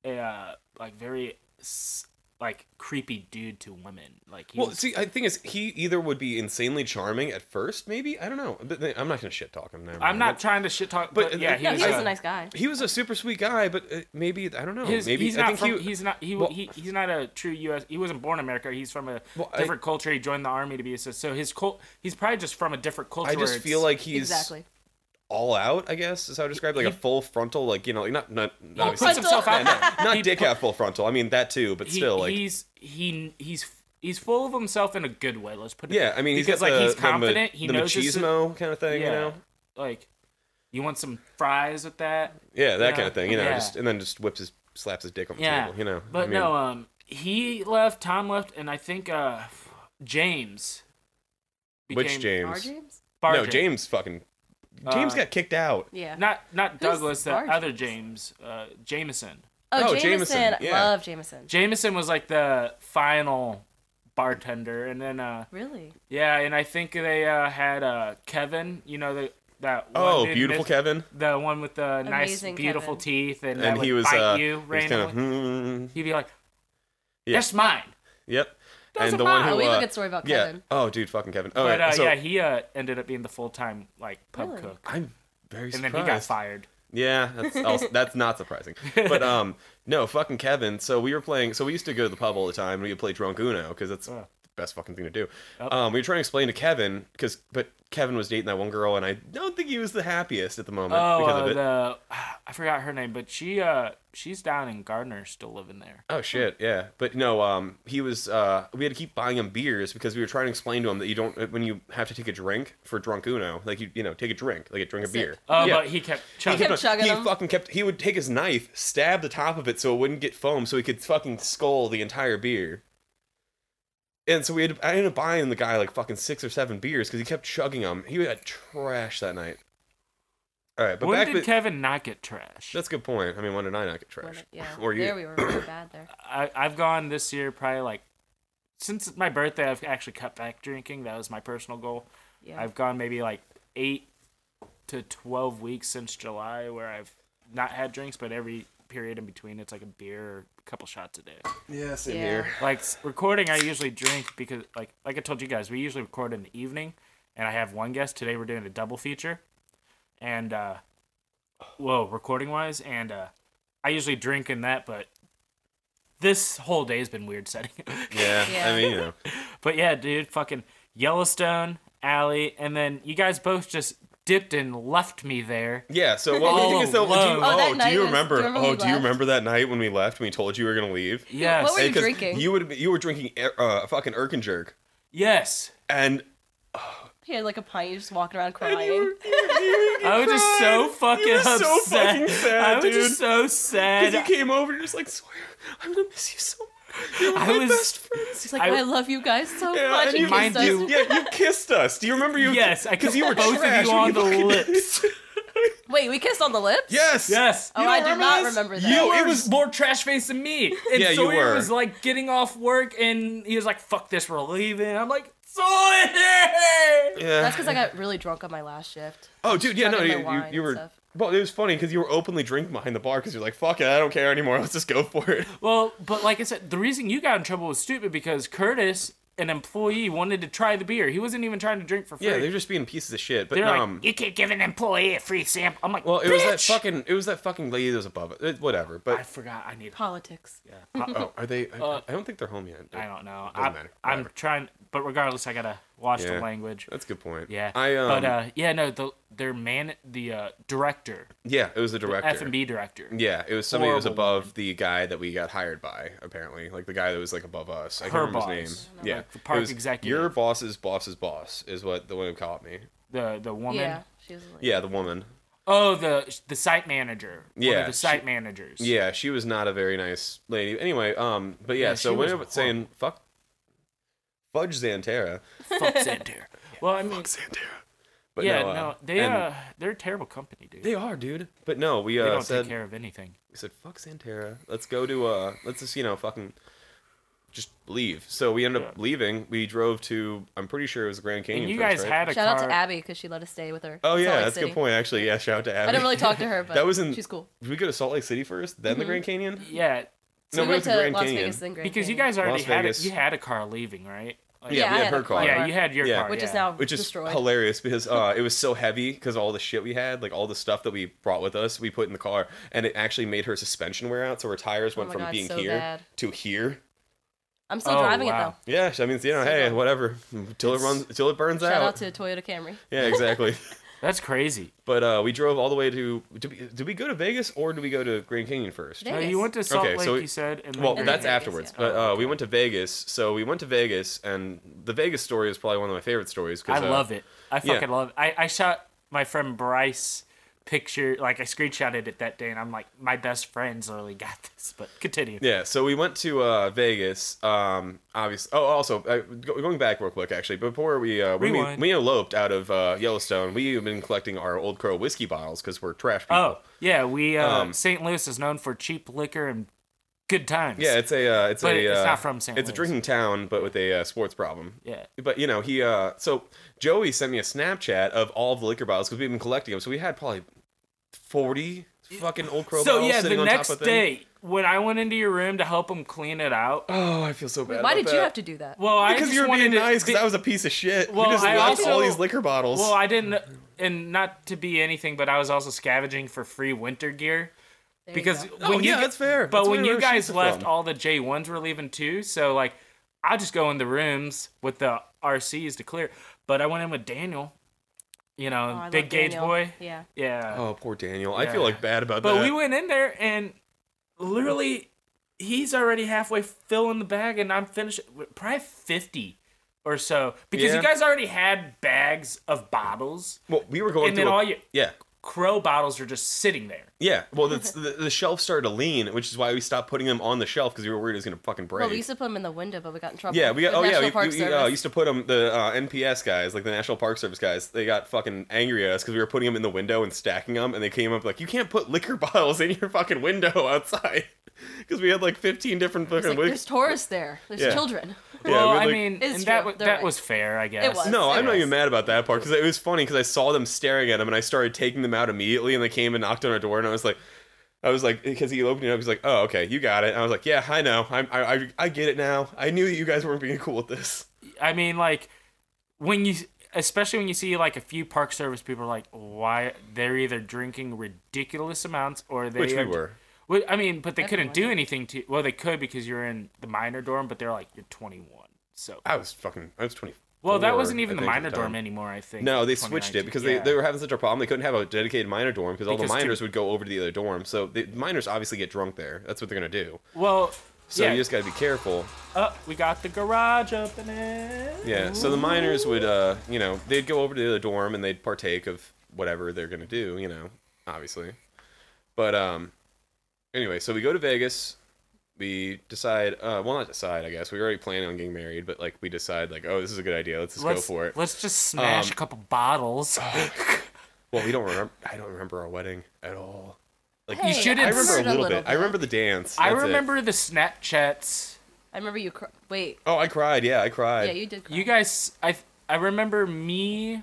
A: a uh, like very s- like creepy dude to women. Like he
C: Well,
A: was-
C: see, I think is he either would be insanely charming at first, maybe I don't know. But then- I'm not gonna shit talk him. never
A: I'm
C: mind.
A: not trying to shit talk,
C: But-
A: but, yeah, he
D: no,
A: was,
D: he was
A: uh,
D: a nice guy.
C: He was a super sweet guy, but uh, maybe I don't know.
A: His,
C: maybe
A: he's
C: I
A: not
C: think
A: from,
C: he,
A: he's not he,
C: well-
A: he he's not a true U.S. He wasn't born in America. He's from a
C: Well, I-
A: different culture. He joined the army to be a so- so his cult. He's probably just from a different culture.
C: I just
A: where it's-
C: feel like he's
D: Exactly.
C: all out. I guess is how I describe it. like a full frontal, like you know, like not not not,
A: he
C: obviously-
A: puts himself
C: yeah,
A: out. there.
C: not, not
A: He
C: dick
A: put-
C: out full frontal. I mean that too, but
A: He,
C: still like
A: he's he he's he's full of himself in a good way. Let's put it.
C: yeah. I mean he's
A: because
C: got
A: like
C: the,
A: he's
C: the ma-
A: confident. he
C: the
A: knows this is-
C: machismo kind of thing, you know.
A: Like, you want some fries with that?
C: Yeah, that
A: Yeah.
C: kind of thing, you know.
A: Yeah.
C: Just and then just whips his slaps his dick on the
A: Yeah,
C: table, you know.
A: But
C: I mean,
A: no, um, he left. Tom left, and I think uh, James.
C: which
A: became-
D: Our
C: James?
D: James?
A: Bar
C: No, James fucking James
A: Uh,
C: got kicked out.
D: Yeah.
A: Not not Douglas, the
D: Bar
A: other James, uh, Jameson.
D: oh,
C: Oh, Jameson,
D: Jameson.
C: yeah.
D: Love Jameson.
A: Jameson was like the final bartender, and then uh,
D: Really?
A: yeah, and I think they uh, had uh, Kevin. You know the that one
C: Oh,
A: dude
C: beautiful
A: miss-
C: Kevin.
A: the one with the nice
D: Amazing
A: beautiful
D: Kevin.
A: teeth, and, that
C: And he
A: would
C: was
A: bite
C: uh
A: you
C: he was kind
A: randomly.
C: of hmm,
A: He'd be like,
C: Yeah.
A: "That's mine."
C: Yep.
A: Those are
C: and the one
A: mine.
C: who
A: Oh,
D: we have a
C: uh,
D: good story about
C: yeah.
D: Kevin.
C: Oh, dude, fucking Kevin. Oh,
A: But uh,
C: so
A: yeah, he uh, ended up being the full time like pub
D: Really?
A: cook,
C: I'm very
A: and
C: surprised.
A: then he got fired.
C: Yeah, that's also, that's not surprising. But um, no, fucking Kevin. So we were playing. So we used to go to the pub all the time. and We would play drunk Uno because that's
A: Yeah.
C: the best fucking thing to do.
A: Yep.
C: Um, we were trying to explain to Kevin because, but Kevin was dating that one girl, and I don't think he was the happiest at the moment
A: Oh,
C: because
A: uh,
C: of it.
A: the I forgot her name, but she uh she's down in Gardner, still living there.
C: Oh shit, yeah. But no, um, he was. Uh, we had to keep buying him beers because we were trying to explain to him that you don't uh, when you have to take a drink for drunk Uno, like you you know take a drink, like a drink of
D: Sip.
C: beer.
A: Oh,
C: yeah.
A: but he kept chugging.
D: kept
C: No,
D: chugging
C: he
D: them.
C: fucking kept. He would take his knife, stab the top of it so it wouldn't get foam, so he could fucking skull the entire beer. And so we had. I ended up buying the guy like fucking six or seven beers because he kept chugging them. He had trash that night. All right, but
A: when
C: back.
A: did
C: but-
A: Kevin not get trash?
C: that's a good point. I mean, when did I not get
D: When-
C: trash?
D: Yeah.
C: or you?
D: There we were really bad there.
A: I, I've gone this year probably like since my birthday. I've actually cut back drinking. That was my personal goal.
D: Yeah.
A: I've gone maybe like eight to twelve weeks since July where I've not had drinks, but every period in between it's like a beer or a couple shots a day.
C: Yeah, same
D: Yeah.
C: here.
A: Like s- recording, I usually drink because, like, like I told you guys, we usually record in the evening, and I have one guest. Today we're doing a double feature, and uh, whoa, recording wise, and uh, I usually drink in that, but this whole day has been weird setting.
C: Yeah,
D: Yeah.
C: I mean, you know,
A: But yeah, dude, fucking Yellowstone, Alley, and then you guys both just dipped and left me there.
C: yeah. So what we think is though, do you,
A: Oh,
D: that
C: oh, do
D: night
C: you
D: was-
C: remember?
D: do you remember
C: oh,
D: we
C: do you
D: left?
C: remember that night when we left and we told you we were gonna leave?
A: Yes.
D: What were you
C: Because
D: drinking?
C: You would you were drinking uh, fucking Erkin jerk,
A: yes.
C: and
D: He had like a pint. You're just walking around
C: And you
D: crying.
C: were- you were- you were
A: I was just so
C: crying.
A: fucking
C: You were
A: upset.
C: So fucking sad,
A: I was
C: dude.
A: just so
C: 'Cause
A: sad.
C: you came over, you're just like, swear, I'm gonna miss you so much. You're
A: I
C: my
A: was-
C: best friends.
D: She's like,
A: I-
D: I, love you guys so
C: Yeah,
D: much.
C: and
D: And
C: you-
D: he
A: Mind
D: says-
A: you-
C: Yeah, you kissed us. Do you remember you?
A: Yes, I
C: because you were
A: kissed both of
C: trash
A: you
C: when
A: on the
C: fucking did
A: lips.
C: it.
D: Wait, we kissed on the lips?
C: yes.
A: yes.
D: Oh,
C: You don't
D: I do
C: remember
D: not
C: this?
D: remember that.
A: You
C: You-
A: were
C: it was-
A: more trash faced than me. And
C: Yeah, you
A: Sawyer
C: were.
A: was like getting off work and he was like, fuck this, we're leaving. I'm like, Sawyer!
C: Yeah.
D: That's because I got really drunk on my last shift.
C: Oh, dude, yeah, no,
D: chugging
C: you,
D: my
C: you,
D: wine
C: you
D: and
C: were.
D: stuff.
C: Well, it was funny because you were openly drinking behind the bar because you're like, fuck it, I don't care anymore. Let's just go for it.
A: Well, but like I said, the reason you got in trouble was stupid because Curtis, an employee, wanted to try the beer. He wasn't even trying to drink for free.
C: Yeah, they're just being pieces of shit. But
A: They're like,
C: um,
A: you can't give an employee a free sample. I'm like,
C: well, it was that
A: "Bitch!"
C: fucking, it was that fucking lady that was above it. it whatever.
A: I
C: But
A: forgot. I need.
D: Politics.
C: oh, are they? I, I don't think they're home yet.
A: I don't know.
C: Doesn't
A: I,
C: matter.
A: I'm
C: Whatever.
A: trying, but regardless, I gotta watch the
C: Yeah.
A: language.
C: That's a good point.
A: Yeah.
C: I um.
A: but uh, yeah, no, the their man, the uh, director,
C: yeah, it was the director.
A: F and B director.
C: Yeah, it was somebody that was
A: Horrible
C: above the guy that we got hired by. Apparently, like the guy that was like above us. I
A: Her
C: can't remember
A: boss.
C: his
A: I
C: name.
A: don't know.
C: Yeah,
A: Like, the park
C: It was
A: executive.
C: Your boss's boss's boss is what the one who caught me.
A: The the woman.
D: Yeah. She was like,
C: Yeah, the woman.
A: Oh, the the site manager. One
C: Yeah,
A: of the
C: she-
A: site managers.
C: Yeah, she was not a very nice lady. Anyway, um, but yeah,
A: Yeah,
C: so
A: she was
C: when it was saying fuck, fudge Xantera,
A: Fuck Xantera. Well, I mean,
C: Xantera. But
A: yeah,
C: no,
A: no,
C: uh,
A: they
C: and
A: uh, they're a terrible company, dude. They,
C: they are, dude. But no, we uh,
A: don't
C: said
A: take care of anything.
C: we said fuck Santera. Let's go to uh, let's just you know fucking just leave. So we ended up leaving. We drove to I'm pretty sure it was Grand Canyon.
A: And you
C: first,
A: guys
C: right?
A: had a
D: Shout out
A: car.
D: to Abby because she let us stay with her.
C: Oh
D: in Salt
C: yeah,
D: Lake
C: that's a
D: City.
C: good point. Actually, yeah, shout out to Abby.
D: I didn't really talk to her, but
C: That was in.
D: she's cool. Mm-hmm.
C: Did we go to Salt Lake City first, then the Grand Canyon?
A: Yeah,
D: So
C: no,
D: we went
C: to
D: to
C: Grand
D: Las
C: Canyon.
D: Vegas, then Grand
A: because you
D: Canyon.
A: guys already
C: Las
A: had a,
C: Vegas.
A: you had a car leaving, right? Like,
C: Yeah, we
D: Yeah, I
C: had
D: had
C: her
D: a
C: car.
D: car.
A: yeah, you had your
C: Yeah.
A: car,
D: Which
A: yeah.
D: is now
C: which is
D: destroyed.
C: hilarious because uh, it was so heavy because all the shit we had, like all the stuff that we brought with us, we put in the car, and it actually made her suspension wear out. So her tires went
D: Oh my
C: from
D: God,
C: being
D: so
C: here
D: bad. so
C: to here.
D: I'm
A: Oh,
D: still driving
A: wow.
D: it
C: Yeah, I mean, you know, hey,
D: dumb.
C: whatever, until it runs, until it burns
D: though. Shout out
C: out.
D: to Toyota Camry.
C: yeah, exactly.
A: That's crazy.
C: but uh, we drove all the way to. Did we, did we go to Vegas or did we go to Grand Canyon first?
D: Vegas.
A: No, Uh, you went to Salt
C: Okay,
A: Lake,
C: so we-
A: you said. And then
C: Well,
A: Grand
C: that's
A: Canyon.
D: Vegas,
C: afterwards.
D: yeah.
C: But uh, we went to Vegas, so we went to Vegas, and the Vegas story is probably one of my favorite stories.
A: I
C: uh,
A: love it. I
C: yeah.
A: fucking love it. I, I shot my friend Bryce picture, like I screenshotted it that day, and I'm like, my best friends literally got this. But continue.
C: Yeah, so we went to uh, Vegas. Um, obviously. Oh, also uh, go- going back real quick, actually, before we uh, when we,
A: Rewind.
C: we eloped out of uh, Yellowstone, we've been collecting our Old Crow whiskey bottles because we're trash people.
A: Oh, yeah. We uh,
C: Um,
A: St. Louis is known for cheap liquor and good times.
C: Yeah, it's a uh, it's
A: But
C: a
A: it's
C: uh,
A: not from St.
C: It's a
A: Louis.
C: drinking town, but with a uh, sports problem.
A: Yeah.
C: But you know he uh so Joey sent me a Snapchat of all the liquor bottles because we've been collecting them. So we had probably forty fucking Old Crow
A: So
C: bottles
A: yeah,
C: sitting
A: the
C: on
A: next
C: top of things.
A: day when I went into your room to help him clean it out.
C: Oh, I feel so bad.
D: Why
C: about
D: did
C: that.
D: you have to do that?
A: Well, I
C: Because
A: just
C: you were
A: wanted
C: being
A: to-
C: nice. Because I was a piece of shit.
A: Well,
C: we just
A: I
C: left all
A: also-
C: these liquor bottles.
A: Well, I didn't, and not to be anything, but I was also scavenging for free winter gear
D: There you
A: because when
D: go.
A: you
C: Oh, yeah,
A: gu-
C: that's fair.
A: But
C: That's
A: when
C: where
A: you
C: those
A: guys
C: shoots are
A: left,
C: from.
A: all the J ones were leaving too. So like, I just go in the rooms with the RCs to clear. But I went in with Daniel, you
D: Oh,
A: know,
D: I
A: big
D: love
A: gauge
D: Daniel.
A: boy.
D: Yeah.
A: Yeah.
C: oh, poor Daniel. I feel
A: Yeah.
C: like bad about
A: but
C: that.
A: we went in there and literally, he's already halfway filling the bag, and I'm finished with probably fifty or so because
C: Yeah.
A: you guys already had bags of bottles.
C: well, we were going
A: and
C: through.
A: then
C: a-
A: all you-
C: yeah,
A: Crow bottles are just sitting there.
C: yeah. Well, that's, the the shelf started to lean, which is why we stopped putting them on the shelf because we were worried it was gonna fucking break.
D: Well, we used to put them in the window, but we got in trouble.
C: yeah, we got.
D: with
C: Oh yeah,
D: National
C: we,
D: Park
C: we, uh,
D: Service.
C: used to put them. The uh, NPS guys, like the National Park Service guys, they got fucking angry at us because we were putting them in the window and stacking them, and they came up like, "You can't put liquor bottles in your fucking window outside," because we had like fifteen different
D: It's
C: fucking.
D: like, there's tourists there. There's
C: Yeah.
D: children.
C: yeah,
A: well,
C: we had,
A: I
C: like-
A: mean,
D: It's
A: and
D: true,
A: that, wa-
D: they're
A: that
D: right.
A: was fair, I guess.
D: was.
C: No,
D: Yes,
C: I'm not
D: yes.
C: even mad about that part because it was funny because I saw them staring at him and I started taking them out immediately and they came and knocked on our door and I was like, I was like, because he opened it up, he's like, "Oh, okay, you got it." And I was like, "Yeah, I know. I'm, I, I, I get it now. I knew that you guys weren't being cool with this."
A: I mean, like when you, especially when you see like a few Park Service people, are like why they're either drinking ridiculous amounts or they
C: Which we
A: are-
C: were.
A: Well, I mean, but they couldn't
D: Everyone.
A: do anything to. Well, they could because you're in the minor dorm, but they're like you're 21. So
C: I was fucking. I was twenty.
A: well, that wasn't even the
C: minor
A: minor dorm anymore. I think.
C: No, they switched
A: 2019.
C: it because
A: Yeah.
C: they, they were having such a problem. They couldn't have a dedicated minor dorm because all the
A: Because to-
C: minors would go over to the other dorm. So the minors obviously get drunk there. That's what they're gonna do.
A: Well,
C: So
A: yeah.
C: you just gotta be careful.
A: Oh, we got the garage opening.
C: Yeah. So the minors would, uh, you know, they'd go over to the other dorm and they'd partake of whatever they're gonna do. You know, obviously. But um, anyway, so we go to Vegas. We decide. Uh, well, not decide. I guess we were already planning on getting married, but like we decide, like, oh, this is a good idea. Let's just
A: Let's,
C: go for it.
A: Let's just smash
C: Um,
A: a couple bottles.
C: Well, we don't remember. I don't remember our wedding at all. Like
D: Hey,
A: should
D: I
C: I
A: have
C: remember a
D: heard
C: little, bit. I remember the dance.
A: I
C: That's it.
A: remember the Snapchats.
D: I remember you. Cr- wait.
C: Oh, I cried. Yeah, I cried.
D: Yeah, you did. Cry.
A: You guys, I I remember me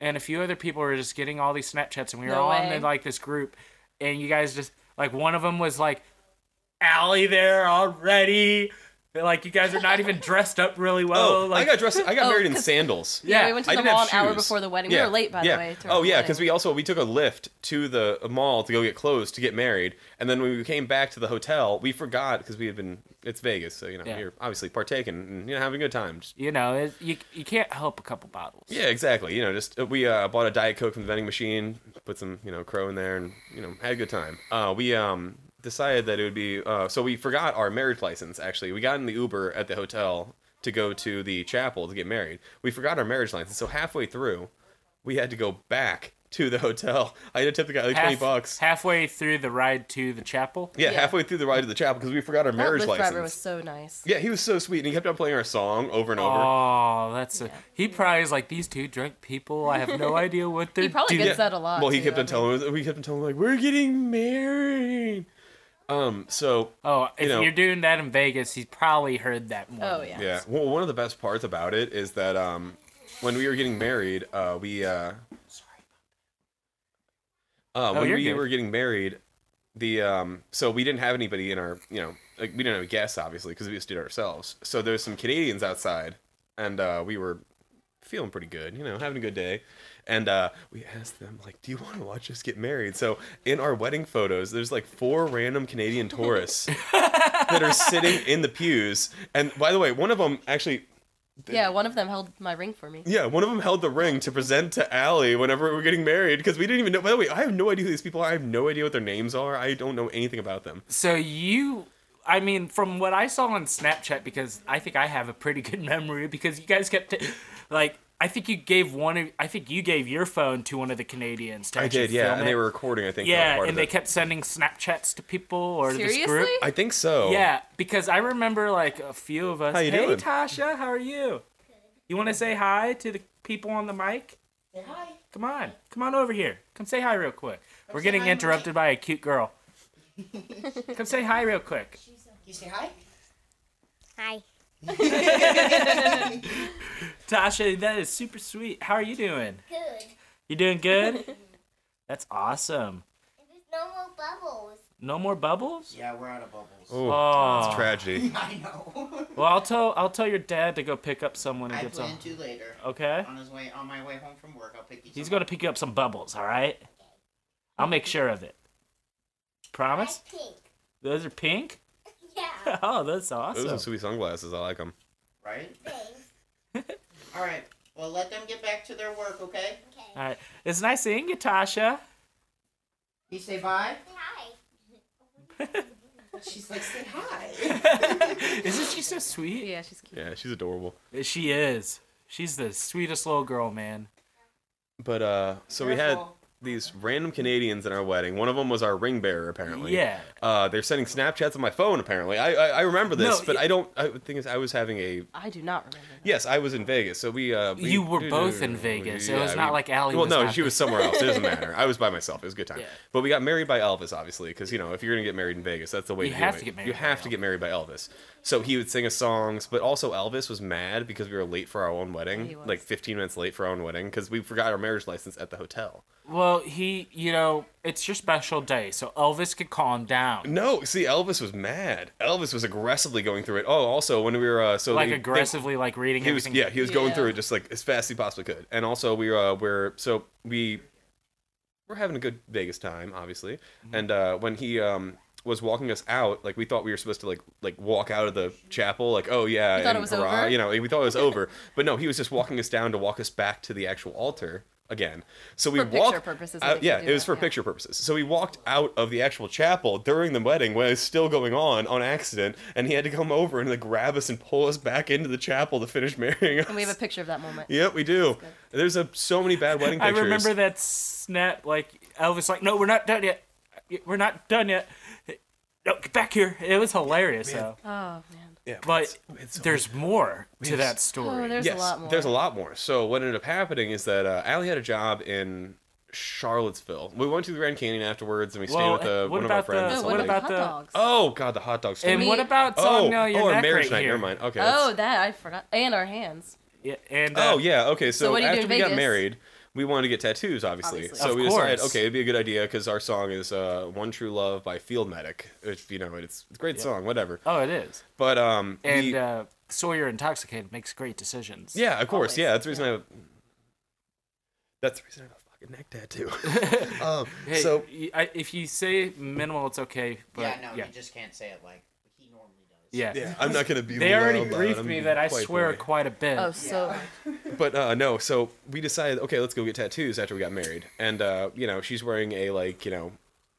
A: and a few other people were just getting all these Snapchats, and we were
D: No
A: all
D: way.
A: in like this group, and you guys just like one of them was like, "Allie, there already." They're Like you guys are not even dressed up really well.
C: oh, I
A: like
C: got dressed. I got
D: Oh,
C: married in
D: 'cause-
C: sandals.
A: Yeah,
D: we went to
C: I
D: the
C: didn't
D: mall an
C: have
D: hour
C: shoes.
D: before the wedding.
C: Yeah,
D: We were late, by
C: yeah.
D: the way. To our
C: oh yeah,
D: wedding.
C: because we also we took a lift to the mall to go get clothes to get married, and then when we came back to the hotel, we forgot because we had been. It's Vegas, so you know
A: Yeah.
C: you're obviously partaking and you know having a good time. Just-
A: you know, it, you you can't help a couple bottles.
C: yeah, exactly. You know, just uh, we uh, bought a diet coke from the vending machine, put some you know crow in there, and you know had a good time. Uh, we um decided that it would be uh, so we forgot our marriage license. Actually, we got in the Uber at the hotel to go to the chapel to get married. We forgot our marriage license, so halfway through, we had to go back to the hotel. I had to tip the guy like twenty
A: Half-
C: bucks.
A: Halfway through the ride to the chapel.
C: yeah,
D: Yeah.
C: halfway through the ride to the chapel because we forgot our
D: That
C: marriage
D: Lyft
C: license.
D: driver was so nice.
C: Yeah, he was so sweet, and he kept on playing our song over and over.
A: Oh, that's a, he probably is like these two drunk people. I have no idea what they're
D: He probably
A: doing.
D: gets that a lot.
C: Well, he
D: too,
C: kept
D: I
C: on telling us, we kept on telling him, like, we're getting married. Um, so
A: Oh, if you
C: you know-
A: are doing that in Vegas, he's probably heard that more.
D: Oh yeah.
C: yeah, well, one of the best parts about it is that um, when we were getting married, uh, we uh, uh, when
A: you're
C: we
A: good.
C: were getting married, the um, so we didn't have anybody in our, you know, like we didn't have guests obviously because we just did it ourselves. So there's some Canadians outside, and uh, we were feeling pretty good, you know, having a good day. And uh, we asked them, like, do you want to watch us get married? So in our wedding photos, there's like four random Canadian tourists that are sitting in the pews. And by the way, one of them actually,
D: Yeah, one of them held my ring for me.
C: yeah, one of them held the ring to present to Allie whenever we were getting married because we didn't even know. By the way, I have no idea who these people are. I have no idea what their names are. I don't know anything about them.
A: So you, I mean, from what I saw on Snapchat, because I think I have a pretty good memory, because you guys kept, like, I think you gave one of, I think you gave your phone to one of the Canadians. To
C: I
A: actually
C: did, yeah.
A: film
C: And
A: it.
C: they were recording, I think. for
A: Yeah,
C: part of
A: and they
C: it.
A: kept sending Snapchats to people or to this group.
D: Seriously?
C: I think so.
A: Yeah, because I remember like a few of us.
C: Oh. How you
A: hey,
C: doing?"
A: Tasha, how are you? You want to say hi to the people on the mic? hi. Come on, come on over here. Come say hi real quick. We're
E: say
A: getting
E: hi, Mike.
A: interrupted by a cute girl. come say hi real quick.
E: You say hi?
F: Hi.
A: Tasha, that is super sweet. How are you doing?
F: Good.
A: You doing good? That's awesome.
F: There's no more bubbles.
A: No more bubbles?
E: Yeah, we're out of bubbles.
C: Oh,
A: Oh.
C: it's tragedy.
E: I know.
A: Well, I'll tell I'll tell your dad to go pick up someone who
E: I
A: gets on.
E: plan to later.
A: Okay.
E: On his way, on my way home from work, I'll pick you.
A: He's
E: some
A: gonna pick you up some bubbles, all right? I'll make sure of it. Promise?
F: That's pink.
A: Those are pink?
F: Yeah.
A: Oh, that's awesome.
C: Those are sweet sunglasses. I like them.
E: up, right?
F: Thanks.
E: All right. Well, let them get back to their work, okay?
A: All right. It's nice seeing you, Tasha.
E: You say bye.
F: Hi.
E: She's like, say hi.
A: Isn't she so sweet?
D: Yeah, she's cute.
C: Yeah, she's adorable.
A: She is. She's the sweetest little girl, man.
C: But uh, so we had
E: Careful.
C: these random Canadians in our wedding. One of them was our ring bearer, apparently.
A: Yeah.
C: Uh, they're sending Snapchats on my phone. Apparently, I I, I remember this,
A: No,
C: but
A: y-
C: I don't. I, the thing is, I was having a
D: I do not remember. That.
C: yes, I was in Vegas. So we. Uh, we
A: You were both in Vegas. It was not like Allie
C: Well,
A: was
C: no,
A: not
C: she was somewhere else. It doesn't matter. I was by myself. It was a good time.
A: Yeah.
C: But we got married by Elvis, obviously, because you know if you're gonna get married in Vegas, that's the way
A: You
C: to do
A: have
C: it.
A: to get married
C: You
A: by
C: have to get married by Elvis. So he would sing us songs, but also Elvis was mad because we were late for our own
D: He
C: wedding,
D: was.
C: like 15 minutes late for our own wedding, because we forgot our marriage license at the hotel.
A: Well, he, you know, it's your special day, so Elvis could calm down.
C: No, see, Elvis was mad. Elvis was aggressively going through it. Oh, also when we were uh, so
A: Like
C: they- they-
A: aggressively, like reading
C: he was
A: everything.
C: yeah he was going
D: Yeah.
C: through it just like as fast as he possibly could and also we uh we're so we we're having a good vegas time obviously
A: Mm-hmm.
C: and uh when he um was walking us out like we thought we were supposed to like like walk out of the chapel like oh yeah
D: You thought it
C: and
D: was
C: hurrah,
D: over?
C: you know we thought it was over but no he was just walking us down to walk us back to the actual altar again so we
D: For picture
C: walked
D: purposes, I
C: out-
D: think you
C: yeah
D: do
C: it was
D: that,
C: for
D: yeah.
C: picture purposes so we walked out of the actual chapel during the wedding when it was still going on on accident and he had to come over and like grab us and pull us back into the chapel to finish marrying us
D: And we have a picture of that moment.
C: Yep, we do. There's a, so many bad wedding
A: I
C: pictures.
A: remember that snap. Like Elvis, like, no, we're not done yet. We're not done yet. No, get back here. It was hilarious, though.
D: Oh man.
C: Yeah,
A: But
C: it's- it's-
A: there's more to
C: have
A: that
C: s-
A: story.
D: Oh, there's
C: yes,
D: a lot more.
C: There's a lot more. So what ended up happening is that uh, Allie had a job in Charlottesville. We went to the Grand Canyon afterwards, and we
A: Well,
C: stayed with uh
A: what
C: one of our
A: about the-
C: friends.
D: No,
A: So
D: what
A: like-
D: about
A: Hot
D: hot
A: dogs?
D: dogs?
C: oh God, the hot dog story.
A: and
D: We-
A: what about
C: oh,
A: song? no, you're
C: oh, our
A: not
C: marriage
A: right
C: night.
A: here.
C: Never mind. Okay. that's-
D: oh, that I forgot. And our hands.
A: Yeah, and uh,
C: Oh yeah. Okay. So,
D: what do you do
C: after
D: in
C: we got
D: Vegas?
C: married, we wanted to get tattoos, obviously.
D: Obviously.
C: So
A: Of
C: we decided,
A: course.
C: okay, it'd be a good idea because our song is uh, "One True Love" by Field Medic. It's you know, it's a great song, whatever.
A: Oh, it is.
C: But um,
A: And
C: we-
A: uh, Sawyer intoxicated makes great decisions.
C: Yeah, of course.
D: Always.
C: Yeah, that's the reason I. Have, that's the reason I have a fucking neck tattoo. um,
A: Hey,
C: so
A: y- I- if you say minimal, it's okay. But
E: yeah, no,
A: yeah,
E: you just can't say it like he normally does.
A: yeah.
C: yeah, I'm not gonna be.
A: They already
C: loud, loud,
A: briefed
C: I'm
A: me that I
C: quite
A: swear
C: boy.
A: quite a bit.
D: Oh, so
C: But uh, no, so we decided, okay, let's go get tattoos after we got married, and uh, you know, she's wearing a like, you know.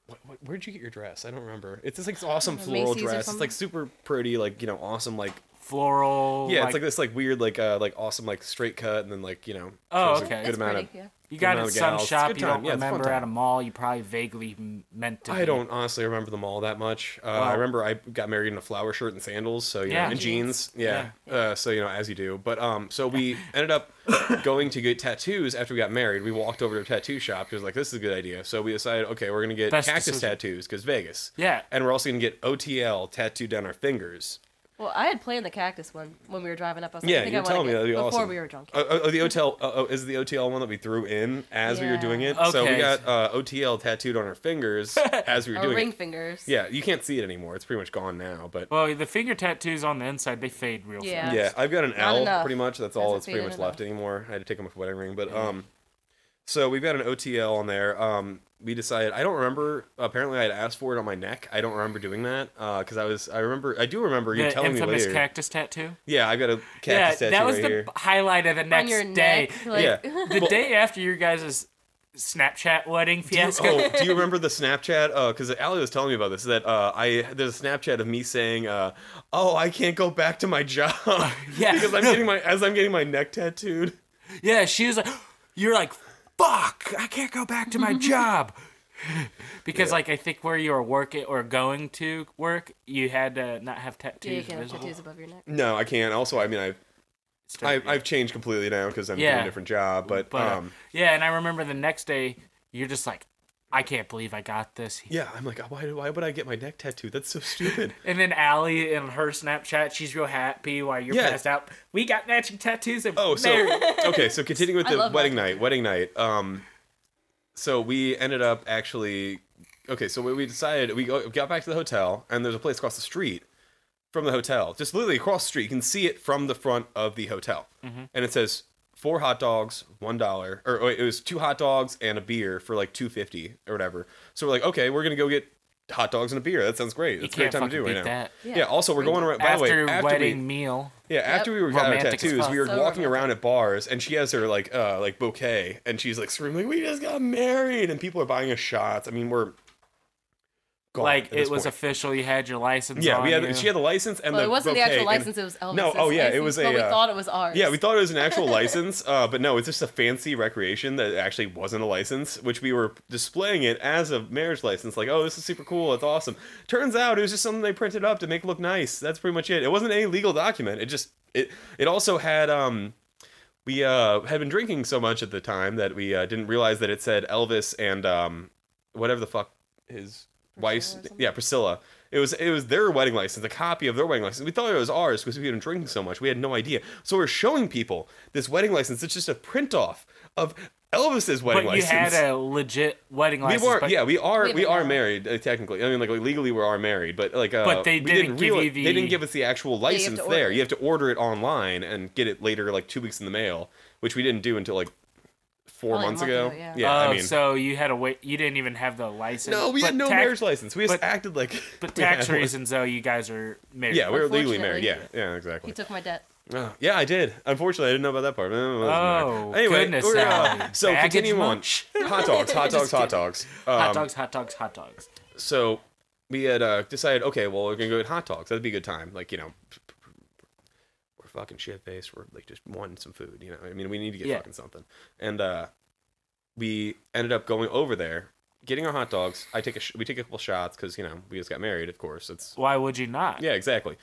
C: What, what, where'd you get your dress? I don't remember. It's this like awesome floral
D: Macy's or
C: dress. It's
D: something?
C: like super pretty, like you know, awesome like
A: Floral.
C: yeah. it's like this like weird like uh like awesome like straight cut and then like you know.
A: Oh,
C: shows a
A: okay.
C: Good
D: that's
C: amount
D: pretty.
C: of
D: Yeah.
A: you got
C: amount
A: in
C: of
A: some
C: gals. It's a
A: shop
C: good
A: you don't
C: time. Yeah, it's a fun
A: remember at a
C: time.
A: mall. You probably vaguely m- meant to.
C: I
A: be.
C: don't honestly remember them all that much. Uh, I
A: Wow.
C: remember I got married in a flower shirt and sandals, so you
A: Yeah.
C: know, and jeans. Yeah. Uh, so you know, as you do. But um, so we ended up going to get tattoos after we got married. We walked over to a tattoo shop. She was like, "This is a good idea." So we decided, okay, we're gonna get
A: Best
C: cactus
A: decision.
C: tattoos because Vegas.
A: Yeah.
C: And we're also gonna get OTL tattooed down our fingers.
D: Well, I had planned the cactus one when we were driving up. I was like, I
C: yeah,
D: think
C: you
D: I
C: were
D: wanna
C: telling me
D: get-
C: that'd be
D: before
C: awesome.
D: we were drunk.
C: Oh, oh, oh, the OTL oh, oh, is the OTL one that we threw in as we were
D: Yeah.
C: doing it. So we
A: Okay.
C: got uh, OTL tattooed on our fingers as we were
D: Our
C: doing
D: ring
C: it.
D: fingers.
C: Yeah, you can't see it anymore. It's pretty much gone now, but
A: Well, the finger tattoos on the inside they fade real
D: Yeah.
A: fast.
C: Yeah, I've got an L
D: enough.
C: pretty much. That's all that's
D: Hasn't
C: pretty much
D: faded
C: left anymore. I had to take them off my wedding ring, but um, so we've got an OTL on there. Um, we decided I don't remember. Apparently, I had asked for it on my neck. I don't remember doing that because I was. I remember. I do remember you
A: The
C: telling me
A: infamous
C: later.
A: cactus tattoo.
C: yeah, I've got a cactus
A: yeah,
C: tattoo
A: that was
C: right
A: the
C: here.
A: highlight of the
D: On
A: next
D: your
A: day.
D: neck. Like,
C: yeah.
A: The day after your guys' Snapchat wedding fiasco.
C: Oh, do you remember the Snapchat? Because Allie was telling me about this. That uh, I there's a Snapchat of me saying, uh, "Oh, I can't go back to my job."
A: Yeah.
C: because I'm
A: No.
C: getting my as I'm getting my neck tattooed.
A: Yeah, she was like, "You're like, fuck, I can't go back to my
D: Mm-hmm.
A: job." Because like I think where you were working or going to work, you had to not have tattoos
D: Yeah, you can have
A: visible.
D: tattoos above your neck.
C: No, I can't. Also, I mean, I've I, I've changed completely now because I'm doing
A: Yeah.
C: a different job. But,
A: but uh,
C: um,
A: yeah, and I remember the next day, you're just like, "I can't believe I got this."
C: yeah, I'm like, why, why would I get my neck tattooed? That's so stupid.
A: And then Allie in her Snapchat, she's real happy while you're
C: Yeah.
A: passed out. We got matching tattoos and
C: Oh, so
A: married."
C: okay, so continuing with
D: I
C: the
D: love
C: wedding night. Wedding night. Um, so we ended up actually. Okay, so we- we decided we go- got back to the hotel, and there's a place across the street from the hotel, just literally across the street. You can see it from the front of the hotel,
A: Mm-hmm.
C: and it says four hot dogs, one dollar, or wait, it was two hot dogs and a beer for like two fifty or whatever. So we're like, okay, we're gonna go get hot dogs and a beer. That sounds great. That's a great
A: can't
C: time to do
A: fucking
C: right
A: beat
C: now.
A: that.
C: Yeah.
D: Yeah.
C: Also, we're going around. By
A: after,
C: the way, after
A: wedding
C: we,
A: meal.
C: yeah, after we were got our
A: Romantic as
C: tattoos,
A: fuck.
C: we were
D: So
C: walking
D: romantic.
C: around at bars, and she has her like uh like bouquet, and she's like screaming, "We just got married!" And people are buying us shots. I mean, we're gone
A: Like
C: at this
A: it was
C: point.
A: official. You had your license.
C: yeah. We
A: on
C: had
A: you.
C: she had the license, and
D: Well,
C: the
D: it wasn't the
C: bouquet,
D: actual
C: and-
D: license; it was Elvis's.
C: No, oh yeah, it
D: license,
C: was a.
D: But we
C: uh,
D: thought it was ours.
C: yeah, we thought it was an actual license, uh, but no, it's just a fancy recreation that actually wasn't a license, which we were displaying it as a marriage license. Like, oh, this is super cool. It's awesome. Turns out it was just something they printed up to make it look nice. That's pretty much it. It wasn't any legal document. It just it it also had um we uh had been drinking so much at the time that we uh, didn't realize that it said Elvis and um whatever the fuck his wife,
D: Priscilla or something?
C: yeah, Priscilla. It was it was their wedding license, a copy of their wedding license. We thought it was ours because we had been drinking so much, we had no idea. So we're showing people this wedding license. It's just a print off of Elvis's
A: But
C: wedding
A: you
C: license.
A: had a legit wedding
C: we
A: license.
C: were,
A: but
C: yeah, we are,
D: We
C: we
D: don't
C: are
D: know.
C: married uh, technically. I mean, like legally, we are married, but like, uh,
A: But they
C: we
A: didn't give
C: reali-
A: you the-
C: they didn't give us the actual
D: you have
C: license
D: to
C: there.
D: order
C: You
D: it.
C: have to order it online and get it later, like two weeks in the mail, which we didn't do until like four
D: Probably a
C: months
D: month
C: ago.
D: ago, yeah.
A: oh,
C: I mean,
A: so you had a wait. You didn't even have the license.
C: no, we
A: But
C: had no
A: tax-
C: marriage license. We just
A: but-
C: acted like,
A: But
C: we had
A: tax
C: one.
A: reasons, though, you guys are married.
C: Yeah, we were legally married.
D: Unfortunately.
C: Yeah, yeah,
D: He
C: exactly.
D: took my debt.
C: Oh, yeah, I did. Unfortunately, I didn't know about that part.
A: Oh, goodness,
C: we're,
A: Allie.
C: uh, so
A: Baggage
C: continuing on.
A: munch.
C: Hot dogs, hot dogs,
D: Just
C: hot dogs. Um,
A: hot dogs, hot dogs, hot dogs.
C: so we had uh, decided, okay, well, we're gonna go get hot dogs. That'd be a good time. Like, you know, we're fucking shit faced. We're like just wanting some food. You know, I mean, we need to get
A: Yeah.
C: fucking something. And uh, we ended up going over there, getting our hot dogs. I take a sh- we take a couple shots because you know we just got married. Of course, it's
A: Why would you not?
C: yeah, exactly.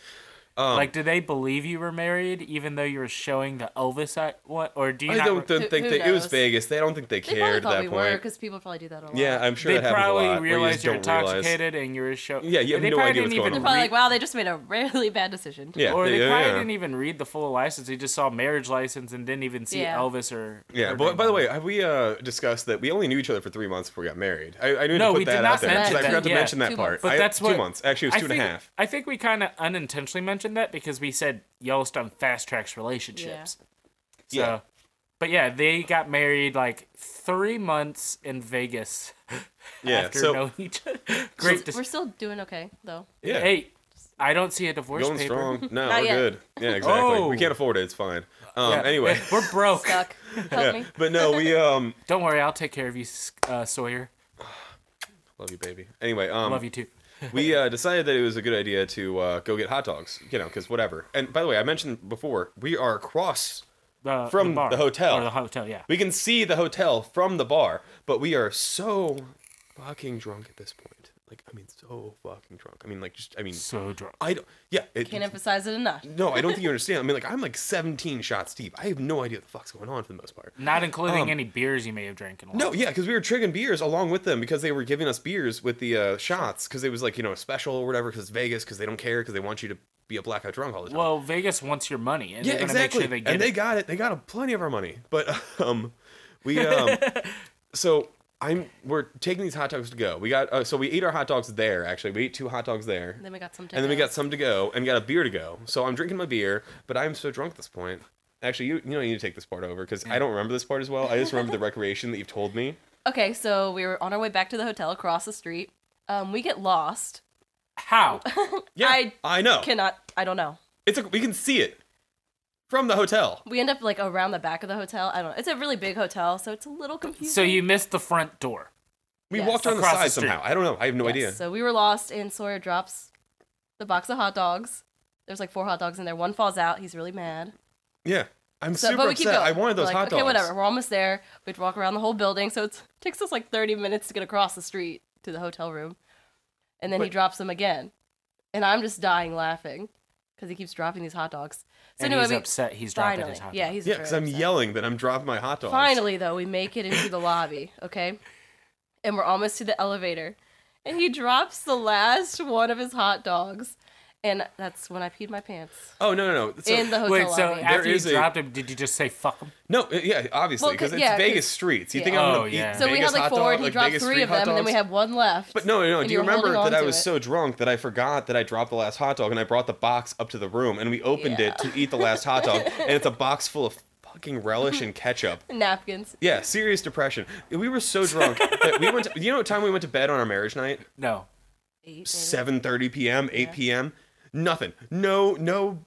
C: Um,
A: Like, do they believe you were married, even though you were showing the Elvis? I, what? Or do you
C: I
A: not?
C: don't
A: re-
C: th-
D: Who-
C: think
D: who
C: they, it was
D: knows?
C: Vegas. They don't think they
D: They
C: cared at
D: probably
C: that
D: thought we were
C: point.
D: because people probably do that a lot.
C: Yeah, I'm sure
A: they
C: that happens a
A: probably
C: lot. where you
A: realize
C: just
A: you're
C: don't realize.
A: intoxicated and you're show.
C: Yeah, you have
A: they
C: no
A: probably
C: idea
A: didn't
C: what's going
A: even
D: They're
C: on.
D: probably
A: read-
D: like, wow, they just made a really bad decision.
C: Yeah,
A: or they
C: yeah,
A: probably
C: yeah.
A: didn't even read the full license. They just saw marriage license and didn't even see
D: Yeah.
A: Elvis or.
C: Yeah,
A: or
C: but by
A: Nirvana.
C: the way, have we uh, discussed that we only knew each other for three months before we got married? I, I knew
A: No,
C: to put
A: we did
C: that
A: not
C: out there. 'cause
A: mention
C: I forgot
A: that.
C: to
A: Yeah.
C: mention that
D: Two
C: part.
D: months.
A: But
C: I-
A: that's
C: two
A: what-
C: months. Actually, it was
A: I
C: two and a
A: think-
C: half.
A: I think we kind of unintentionally mentioned that because we said Yellowstone fast tracks relationships. So,
C: Yeah.
A: but yeah, they got married like three months in Vegas.
C: Yeah,
A: after
C: so-
A: knowing each other. Great. dis-
D: We're still doing okay, though.
C: Yeah,
A: Hey, I don't see a divorce
C: going
A: paper.
C: strong. No,
D: Not
C: we're
D: yet.
C: good. Yeah, exactly.
A: Oh.
C: We can't afford it. It's fine. Um,
A: Yeah,
C: Anyway,
A: we're broke.
D: Duck, help
C: yeah.
D: me.
C: but no, we um,
A: Don't worry, I'll take care of you, S- uh, Sawyer.
C: love you, baby. Anyway, um,
A: Love you too.
C: we uh, decided that it was a good idea to uh, go get hot dogs, you know, because whatever. And by the way, I mentioned before, we are across.
A: The,
C: From
A: bar,
C: the hotel.
A: Or the hotel, yeah.
C: We can see the hotel from the bar, but we are so fucking drunk at this point. Like, I mean, so fucking drunk. I mean, like, just, I mean,
A: So drunk.
C: I don't, yeah. It,
D: Can't emphasize it enough.
C: no, I don't think you understand. I mean, like, I'm like 17 shots deep. I have no idea what the fuck's going on for the most part.
A: Not including any beers you may have drank in a while.
C: Um, No, yeah, because we were triggering beers along with them because they were giving us beers with the uh, shots because it was like, you know, a special or whatever because Vegas because they don't care because they want you to be a blackout drunk all the time.
A: Well, Vegas wants your money, and
C: yeah,
A: they're going to
C: exactly.
A: make sure they get
C: and
A: it.
C: they got it. They got a plenty of our money. But um, we um, so I'm we're taking these hot dogs to go. We got uh, so we ate our hot dogs there. Actually, we ate two hot dogs there.
D: Then we got some.
C: and then we
D: takeout.
C: got some to go and got a beer to go. So I'm drinking my beer, but I'm so drunk at this point. Actually, you you know you need to take this part over because I don't remember this part as well. I just remember the recreation that you've told me.
D: Okay, so we were on our way back to the hotel across the street. Um, we get lost.
A: How?
C: Yeah, I,
D: I
C: know.
D: Cannot. I don't know.
C: it's a, we can see it from the hotel.
D: We end up like around the back of the hotel. I don't know. It's a really big hotel, so it's a little confusing.
A: So you missed the front door.
C: We
D: Yes.
C: walked on the
A: Across the
C: side
A: street.
C: somehow. I don't know. I have no
D: Yes,
C: idea.
D: So we were lost, and Sawyer drops the box of hot dogs. There's like four hot dogs in there. One falls out. He's really mad.
C: Yeah, I'm
D: So,
C: super
D: but we keep
C: upset.
D: going.
C: I wanted
D: We're
C: those
D: like,
C: hot dogs.
D: Okay, whatever. We're almost there. We'd walk around the whole building, so it takes us like 30 minutes to get across the street to the hotel room, and then he
A: But-
D: drops them again, and I'm just dying laughing because he keeps dropping these hot dogs. So
A: and
D: anyway,
A: he's
D: we,
A: upset he's dropping
D: finally,
A: his hot
D: yeah,
A: dog.
D: he's
C: Yeah,
D: very
C: because I'm
D: upset.
C: yelling that I'm dropping my hot dogs.
D: Finally, though, we make it into the lobby, okay? And we're almost to the elevator. And he drops the last one of his hot dogs. And that's when I peed my pants
C: Oh no no no! So,
D: in the hotel
A: Wait, so
D: lobby.
A: after you
C: is a-
A: dropped him, did you just say fuck him?
C: no, yeah, obviously
D: Well, 'cause-
C: because it's
D: yeah, 'cause-
C: Vegas streets. You think
D: yeah.
C: I'm
A: Oh,
C: gonna eat
A: yeah.
D: so we
C: Vegas
D: had like
C: hot
D: four,
C: dog,
D: and he
C: like
D: dropped
C: Vegas
D: three
C: street
D: of
C: hot
D: them, and then we
C: dogs?
D: had one left.
C: But no, no, no.
D: and
C: Do you
D: were holding
C: remember that
D: on
C: I
D: to
C: was
D: it.
C: so drunk that I forgot that I dropped the last hot dog and I brought the box up to the room and we opened it to eat the last hot dog and it's a box full of fucking relish and ketchup.
D: napkins?
C: Yeah, serious depression. We were so drunk that we went. To, you know what time we went to bed on our marriage night?
A: No.
D: Eight, maybe.
C: 7:30 p.m., 8 p.m. Nothing. No, no,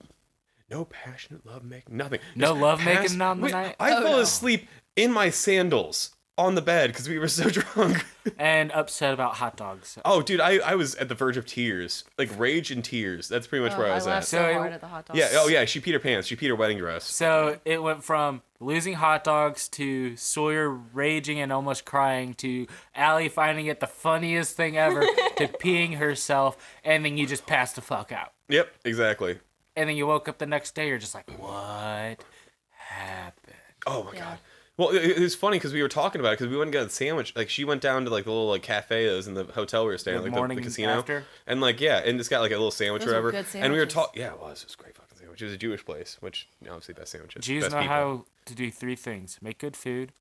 C: no passionate love making. Nothing.
A: No
C: Just
A: lovemaking
C: pass-
A: on the
C: Wait,
A: night?
C: I
D: Oh,
C: fell
D: no.
C: asleep in my sandals on the bed because we were so drunk.
A: And upset about hot dogs.
C: oh, dude, I, I was at the verge of tears, like rage and tears. That's pretty much
D: Oh,
C: where I
D: I
C: was
D: laughed
C: at.
D: so
A: So-
D: hard at the hot dogs.
C: Yeah. Oh, yeah. She peed her pants. She peed her wedding dress.
A: So it went from losing hot dogs to Sawyer raging and almost crying to Allie finding it the funniest thing ever to peeing herself, and then you just passed the fuck out.
C: Yep. Exactly.
A: And then you woke up the next day, you're just like, what happened?
C: Oh my
D: Yeah.
C: god. Well, it, it was funny because we were talking about it because we went and got a sandwich. Like she went down to like the little like cafe that was in the hotel we were staying,
A: The
C: at, like
A: morning
C: the, the casino,
A: after?
C: and like yeah, and just got like a little sandwich
D: Those
C: or
D: were
C: whatever.
D: good
C: And we were
D: sandwiches.
C: talking. Yeah, it was. It was a great fucking sandwich. It was a Jewish place, which you know, obviously best sandwiches.
A: Jews
C: best
A: know
C: people.
A: how to do three things: make good food,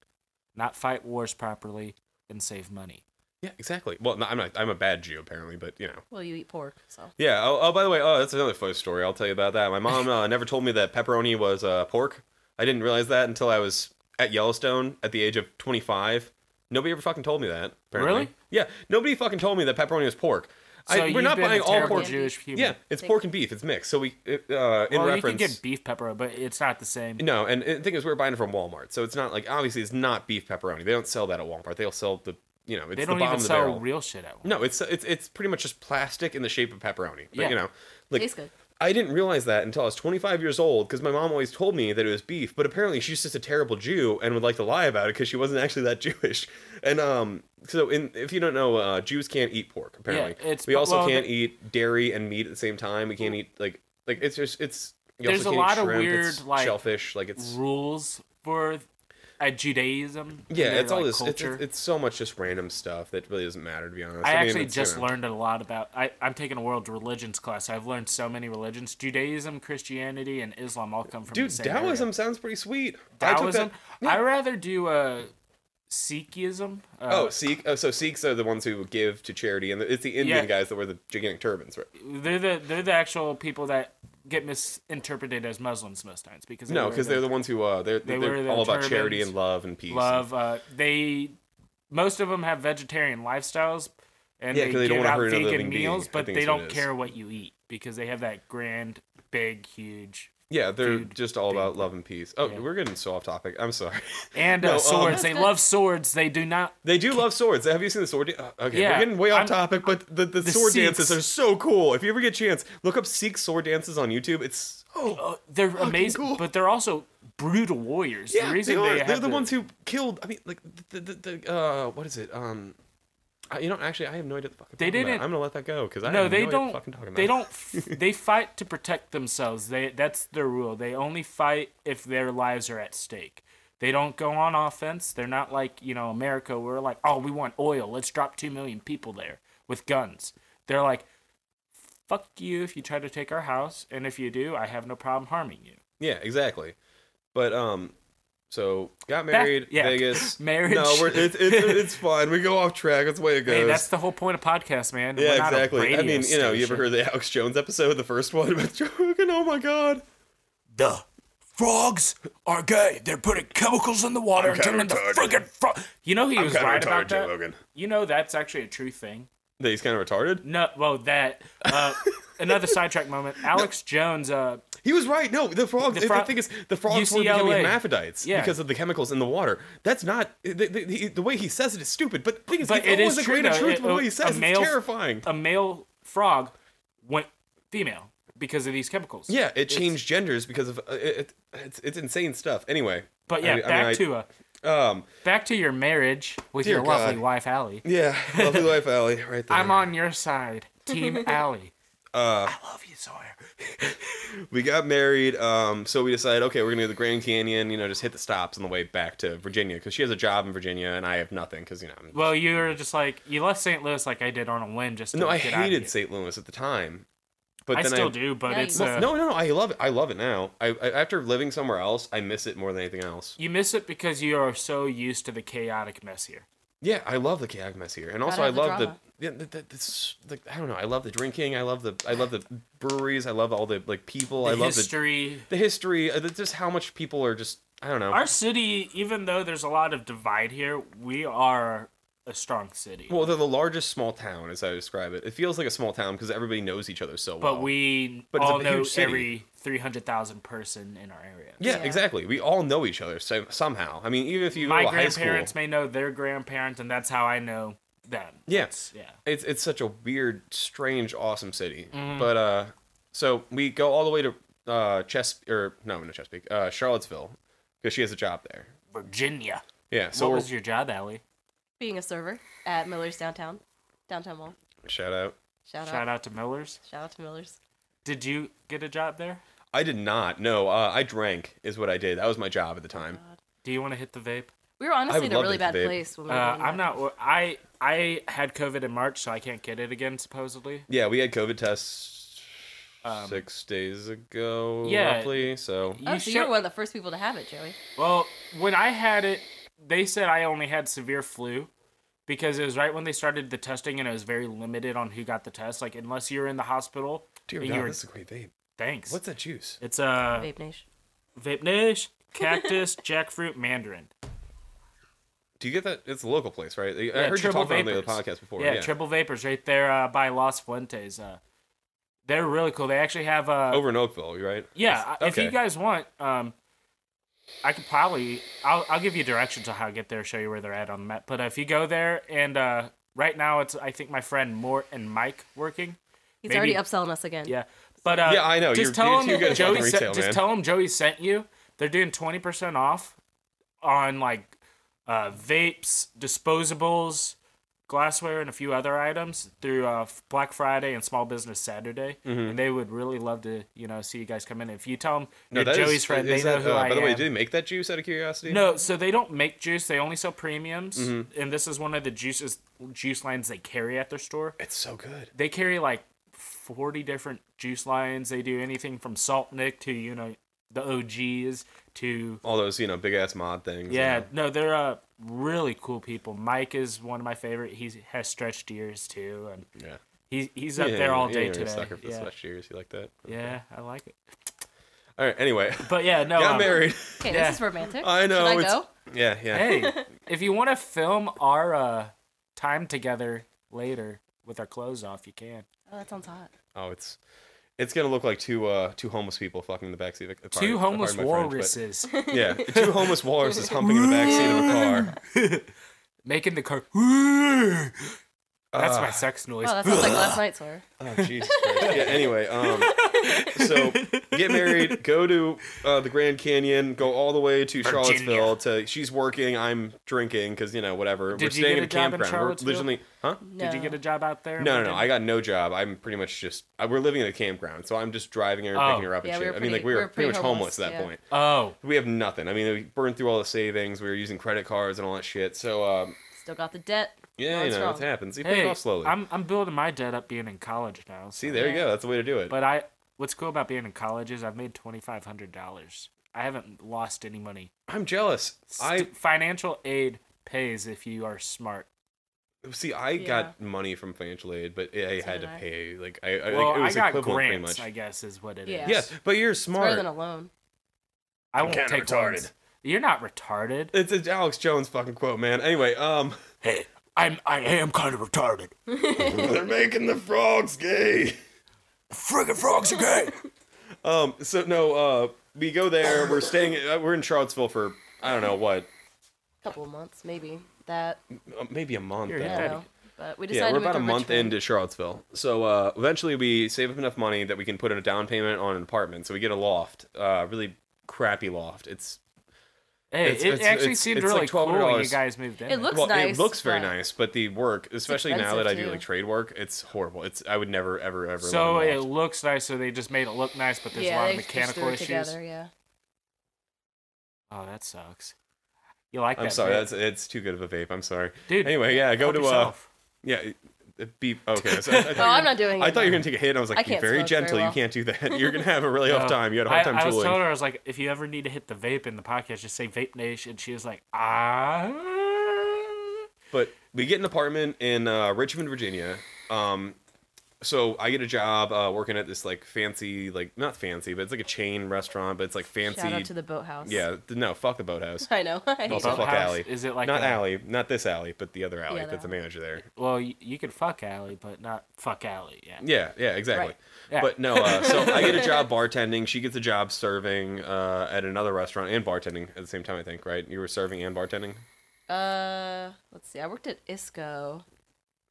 A: not fight wars properly, and save money.
C: Yeah, exactly. Well, no, I'm not. I'm a bad Jew apparently, but you know.
D: Well, you eat pork, so
C: Yeah. Oh, oh, by the way, oh, that's another funny story. I'll tell you about that. My mom uh, never told me that pepperoni was uh, pork. I didn't realize that until I was at Yellowstone at the age of 25. Nobody ever fucking told me that. Apparently.
A: Really?
C: Yeah. Nobody fucking told me that pepperoni was pork.
A: So
C: I,
A: you've
C: we're not
A: been
C: buying
A: a
C: all
A: terrible
C: pork.
A: Jewish human.
C: Yeah, it's
D: Thank
C: pork and beef. It's mixed. So we, it, uh, in
A: well,
C: reference,
A: you can get beef pepperoni, but it's not the same.
C: no, and the thing is, we were buying it from Walmart, so it's not like obviously it's not beef pepperoni. They don't sell that at Walmart. They'll sell the, you know, it's
A: they
C: the
A: don't
C: bottom
A: even
C: of the
A: sell
C: barrel.
A: real shit out.
C: No, it's it's it's pretty much just plastic in the shape of pepperoni. But
A: Yeah.
C: you know, like
D: Tastes good.
C: I didn't realize that until I was 25 years old because my mom always told me that it was beef, but apparently she's just a terrible Jew and would like to lie about it because she wasn't actually that Jewish. And um, so in if you don't know, uh, Jews can't eat pork. Apparently,
A: it's-
C: we also
A: well,
C: can't
A: the-
C: eat dairy and meat at the same time. We can't eat like like it's just it's. You
A: There's
C: also
A: a lot
C: can't eat
A: of
C: shrimp, it's
A: weird, like,
C: shellfish. Like it's
A: rules for uh, Judaism.
C: yeah,
A: their,
C: it's all
A: like,
C: this. It's,
A: culture.
C: it's, it's so much just random stuff that really doesn't matter to be honest.
A: I,
C: mean,
A: actually
C: it's, you
A: just
C: know.
A: learned a lot about. I, I'm taking a world religions class. I've learned so many religions: Judaism, Christianity, and Islam. All come from
C: Dude,
A: the same area.
C: Taoism sounds pretty sweet. I took that-
A: Taoism. I would rather do uh, Sikhism. Uh,
C: Oh, Sikh. Oh, so Sikhs are the ones who give to charity, and it's the Indian
A: Yeah.
C: guys that wear the gigantic turbans, right?
A: they're the they're the actual people that get misinterpreted as Muslims most times because they
C: No,
A: wear
C: because
A: the
C: they're the ones who uh, they're
A: They
C: they are
A: wear
C: they are
A: their
C: all about charity
A: turbans,
C: and love and peace. and-
A: love. Uh, they most of them have vegetarian lifestyles, and
C: Yeah,
A: they,
C: 'cause they
A: give
C: don't wanna
A: out
C: hurt another
A: vegan
C: living being.
A: meals,
C: I
A: but
C: think
A: they
C: that's what it
A: don't
C: is.
A: care what you eat because they have that grand, big, huge.
C: yeah, they're
A: food
C: just all about
A: thing.
C: love and peace. Oh,
A: Yeah.
C: we're getting so off topic. I'm sorry.
A: And uh,
C: No, um,
A: swords.
C: That's
A: they
D: good.
A: love swords. They do not.
C: They do love swords. Have you seen the sword? da- uh, okay,
A: Yeah,
C: we're getting way off
A: I'm-
C: topic, but the, the, sword
A: Sikhs-
C: dances are so cool. If you ever get a chance, look up Sikh sword dances on YouTube. It's so
A: Uh, they're amazing,
C: cool.
A: but they're also brutal warriors.
C: Yeah,
A: the reason
C: they
A: they
C: are.
A: have
C: They're the ones who killed. I mean, like the the, the uh, what is it? Um, I, you know, actually, I have no idea. What the fuck I'm
A: They
C: talking about.
A: didn't-
C: I'm gonna let that go because I
A: No,
C: have
A: they
C: no idea what the fuck I'm
A: don't.
C: talking about.
A: They don't. f- they fight to protect themselves. They that's their rule. They only fight if their lives are at stake. They don't go on offense. They're not like you know America. We're like, oh, we want oil. Let's drop two million people there with guns. They're like, fuck you if you try to take our house, and if you do, I have no problem harming you.
C: Yeah, exactly. But um, so got married.
A: yeah.
C: Vegas.
A: Marriage.
C: No, we're, it's it's it's fine. We go off track. That's the way it goes.
A: Hey, that's the whole point of podcast, man.
C: yeah,
A: We're not a
C: exactly. I
A: radio
C: mean, you know, you ever
A: station.
C: heard the Alex Jones episode, the first one about Joe Rogan? Oh my god.
A: the frogs are gay. They're putting chemicals in the water and
C: kinda
A: turning the
C: retarded.
A: friggin' frog. You know he was
C: kinda
A: right
C: retarded,
A: about
C: Joe
A: that.
C: Rogan.
A: You know that's actually a true thing.
C: That he's kind of retarded.
A: No, well that. Uh, another sidetrack moment. Alex Jones. Uh,
C: He was right. No, the frogs.
A: The
C: The,
A: fro-
C: thing is, the frogs were becoming
A: UCLA.
C: hermaphrodites
A: Yeah.
C: because of the chemicals in the water. That's not the, the, the, the way he says it is stupid. But the thing is,
A: but
C: he
A: it
C: always
A: is
C: a
A: true.
C: grain of
A: though.
C: truth
A: It- oh,
C: in what he says.
A: A male,
C: it's terrifying.
A: A male frog went female because of these chemicals.
C: yeah, it changed genders because of uh, it, it, it's it's insane stuff. Anyway,
A: But
C: I
A: yeah,
C: mean- I
A: back
C: mean, I-
A: to uh,
C: Um,
A: back to your marriage with
C: Dear
A: your lovely
C: God.
A: wife Allie.
C: yeah, lovely life, Allie, right there.
A: I'm on your side, Team Allie.
C: Uh,
A: I love you, Sawyer.
C: we got married, um, so we decided, okay, we're gonna go to the Grand Canyon. You know, just hit the stops on the way back to Virginia because she has a job in Virginia and I have nothing because you know. I'm,
A: Well, you were just like you left St. Louis like I did on a whim. Just to
C: no, I
A: get out of
C: hated
A: here.
C: St. Louis at the time, but
A: I
C: then
A: still
C: I,
A: do, but
D: Yeah,
A: it's
D: you
A: uh,
C: No, no, no, I love it. I love it now. I, I after living somewhere else, I miss it more than anything else.
A: You miss it because you are so used to the chaotic mess here.
C: Yeah, I love the kayak mess here, and also I
D: have the
C: love the.
D: drama.
C: Yeah, the, the, this, the, I don't know. I love the drinking. I love the. I love the breweries. I love all the like people.
A: The
C: I love
A: history.
C: the the history. uh, the- Just how much people are just. I don't know.
A: Our city, even though there's a lot of divide here, we are a strong city.
C: Well, they're the largest small town, as I describe it. It feels like a small town because everybody knows each other so well.
A: but we
C: But it's a
A: all
C: huge
A: know
C: city.
A: every three hundred thousand person in our area.
C: Yeah,
D: Yeah.
C: exactly. We all know each other so, somehow. I mean, even if you
A: My
C: go to high school,
A: grandparents may know their grandparents, and that's how I know them.
C: Yeah.
A: It's- yeah.
C: it's it's such a weird, strange, awesome city.
A: Mm-hmm.
C: But uh, so we go all the way to uh, Chess or no, not Chesapeake, uh, Charlottesville, because she has a job there.
A: Virginia.
C: Yeah. So
A: what
C: we're,
A: was your job, Allie?
D: being a server at Miller's downtown, downtown mall.
C: shout out.
D: Shout,
A: Shout
D: out,
A: out to Miller's.
D: shout out to Miller's.
A: Did you get a job there?
C: I did not. No, uh, I drank is what I did. That was my job at the time.
A: Do you want to hit the vape?
D: We were honestly in a
C: love
D: really
C: this,
D: bad
C: babe.
D: place when we
A: Uh,
D: were doing
A: I'm
D: that.
A: not. wor- I I had COVID in March, so I can't get it again. Supposedly,
C: Yeah, we had COVID tests
A: Um,
C: six days ago,
A: yeah.
C: roughly. So
A: you
D: Oh, so you're
A: should-
D: one of the first people to have it, Joey.
A: Well, when I had it, they said I only had severe flu because it was right when they started the testing and it was very limited on who got the test. Like, unless you're in the hospital.
C: dear
A: and
C: God,
A: you're-
C: this is a great vape.
A: thanks.
C: What's that juice?
A: It's a
D: Vape Nation.
A: vape niche, cactus, jackfruit, mandarin.
C: Do you get that? It's a local place, right? I
A: Yeah,
C: heard you
A: Triple
C: talk about it on the other
A: Vapors.
C: podcast before.
A: Yeah, triple vapors right there uh, by Los Fuentes. Uh, they're really cool. They actually have uh,
C: over in Oakville, right?
A: Yeah, I if you
C: okay.
A: guys want, um, I could probably I'll I'll give you directions on how to get there, show you where they're at on the map. But uh, if you go there and uh, right now it's I think my friend Mort and Mike working.
D: He's
A: Maybe-
D: already upselling us again.
A: Yeah, but uh,
C: Yeah, I know.
A: Just
C: You're-
A: tell
C: you're too good
A: him
C: at fucking
A: Joey. sent-
C: retail,
A: just
C: man.
A: tell him Joey sent you. They're doing twenty percent off on like uh, vapes, disposables, glassware, and a few other items through uh, Black Friday and Small Business Saturday.
C: Mm-hmm.
A: And they would really love to, you know, see you guys come in. If you tell them you're
C: that is-
A: Joey's friend, they
C: is
A: know
C: that-
A: who
C: uh,
A: I
C: By the
A: am.
C: way, do they make that juice out of curiosity?
A: No, so they don't make juice. They only sell premiums,
C: Mm-hmm.
A: and this is one of the juices juice lines they carry at their store.
C: It's so good.
A: They carry like forty different juice lines. They do anything from Salt Nick to you know the OGs to
C: All those, you know, big ass mod things.
A: yeah.
C: and-
A: No, they're uh, really cool people. Mike is one of my favorite. He has stretched ears too, and
C: yeah.
A: he he's up
C: Yeah,
A: there all
C: yeah,
A: day
C: you're A
A: today.
C: sucker for
A: yeah.
C: sweat shears. You like that?
A: yeah, I like it.
C: All right. Anyway,
A: But yeah, no.
C: got
A: um,
C: married.
D: Okay,
A: Yeah.
D: this is romantic.
C: I know.
D: Should I
C: it's-
D: go?
C: Yeah, yeah.
A: hey, if you want to film our uh, time together later with our clothes off, you can.
D: Oh, that sounds hot.
C: Oh, it's it's gonna look like two uh two homeless people fucking in the backseat of a car.
A: Two homeless walruses
C: yeah, two homeless walruses humping in the backseat of a car.
A: making the car. That's
C: Ah.
A: my sex noise.
D: Oh, that sounds like last night's horror.
C: Oh Jesus Christ. Yeah. Anyway, um, so get married, go to uh, the Grand Canyon, go all the way to Charlottesville. To she's working, I'm drinking because you know whatever. We're
A: Did you
C: staying
A: get
C: in
A: a job in
C: campground. We're
A: Charlottesville?
C: literally, huh?
D: No.
A: Did you get a job out there? in
C: No, no, no.
A: Virginia?
C: I got no job. I'm pretty much just. I, we're living in a campground, so I'm just driving her and
A: Oh.
C: picking her up and
D: Yeah, we
C: shit.
D: were
C: I mean, like
D: pretty-
C: we
D: we
C: were,
D: were
C: pretty much
D: pretty
C: homeless, at
D: homeless,
C: that
D: yeah.
C: point.
A: Oh,
C: We have nothing. I mean, we burned through all the savings. We were using credit cards and all that shit. So, um,
D: Still got the debt.
C: yeah,
D: No,
C: you
D: it's
C: know,
D: wrong.
C: it happens. You pay it
A: hey,
C: off slowly.
A: I'm I'm building my debt up being in college now. so-
C: See, there you go. That's the way to do it.
A: But I, what's cool about being in college is I've made twenty five hundred dollars. I haven't lost any money.
C: I'm jealous. I
A: St- financial aid pays if you are smart.
C: see. I got money from financial aid, but I
D: So
C: had to
D: did I.
C: pay. Like I, I
A: well,
C: like, it was
A: I got
C: equivalent
A: grants. I
C: pretty much.
A: guess is what it is.
D: Yeah.
C: Yeah, but you're
D: It's better than
C: smart.
D: a loan.
A: I
C: I'm
A: won't
C: kinda
A: take
C: retarded.
A: loans. You're not retarded.
C: It's an Alex Jones fucking quote, man. Anyway, um,
A: Hey, I'm I am kind of retarded.
C: they're making the frogs gay.
A: Friggin' frogs are gay.
C: Um, so no, uh, we go there. We're staying. uh, We're in Charlottesville for I don't know what,
D: couple of months, maybe. That.
C: uh, maybe a month.
A: You're
C: I
D: I
A: Yeah.
D: don't
C: think.
D: know. But we decided
C: Yeah, we're
D: to move
C: about a
D: to
C: month
D: Richmond.
C: into Charlottesville. So uh, eventually we save up enough money that we can put in a down payment on an apartment. So we get a loft, uh, really crappy loft. It's
A: Hey,
C: It's-
A: it
C: it's-
A: actually
C: it's-
A: seemed
C: it's
A: really
C: like
A: cool when you
C: $12.
A: guys moved in.
D: It looks
C: well,
D: nice.
C: it looks very
D: but-
C: nice, but the work, especially now
D: expensive,
C: that I do
D: too.
C: like trade work, it's horrible. It's I would never ever ever.
A: so
C: live in a
A: it
C: loft.
A: looks nice. So they just made it look nice, but there's
D: yeah,
A: a lot of
D: they just threw
A: mechanical
D: it
A: issues.
D: Together, yeah.
A: Oh, that sucks. You like that?
C: I'm sorry,
A: vape.
C: that's it's too good of a vape. I'm sorry.
A: dude.
C: Anyway, yeah, go
A: help
C: to
A: yourself.
C: uh, yeah, it- it beep. Okay, so I, I thought you
D: Oh,
C: were-
D: I'm not doing it.
C: I thought you were gonna
D: now.
C: take a hit. and I was like,
D: I
C: be
D: can't
C: very
D: smoke very
C: gentle.
D: well."
C: You can't do that. You're gonna have a really
A: No,
C: off time. You had a hard time
A: Uh, I, I was
C: tooling.
A: telling her, I was like, if you ever need to hit the vape in the podcast, just say vape nation. And she was like, ah.
C: But we get an apartment in uh, Richmond, Virginia. Um, so I get a job uh, working at this like fancy, like not fancy, but it's like a chain restaurant, but it's like fancy.
D: Shout out to the boathouse.
C: yeah, th- no, fuck the boathouse.
D: I know. I hate
C: Also,
D: it.
A: Boathouse?
C: fuck Allie.
A: Is it like
C: not
A: a-
C: Allie, not this Allie, but the other Allie
D: other
C: that's the
D: Allie.
C: manager there.
A: Well, you, you could fuck Allie, but not fuck Allie. Yeah.
C: Yeah, yeah, exactly.
D: Right.
A: Yeah.
C: But no, uh, so I get a job bartending. She gets a job serving uh, at another restaurant and bartending at the same time. I think right. You were serving and bartending.
D: Uh, let's see. I worked at ISCO.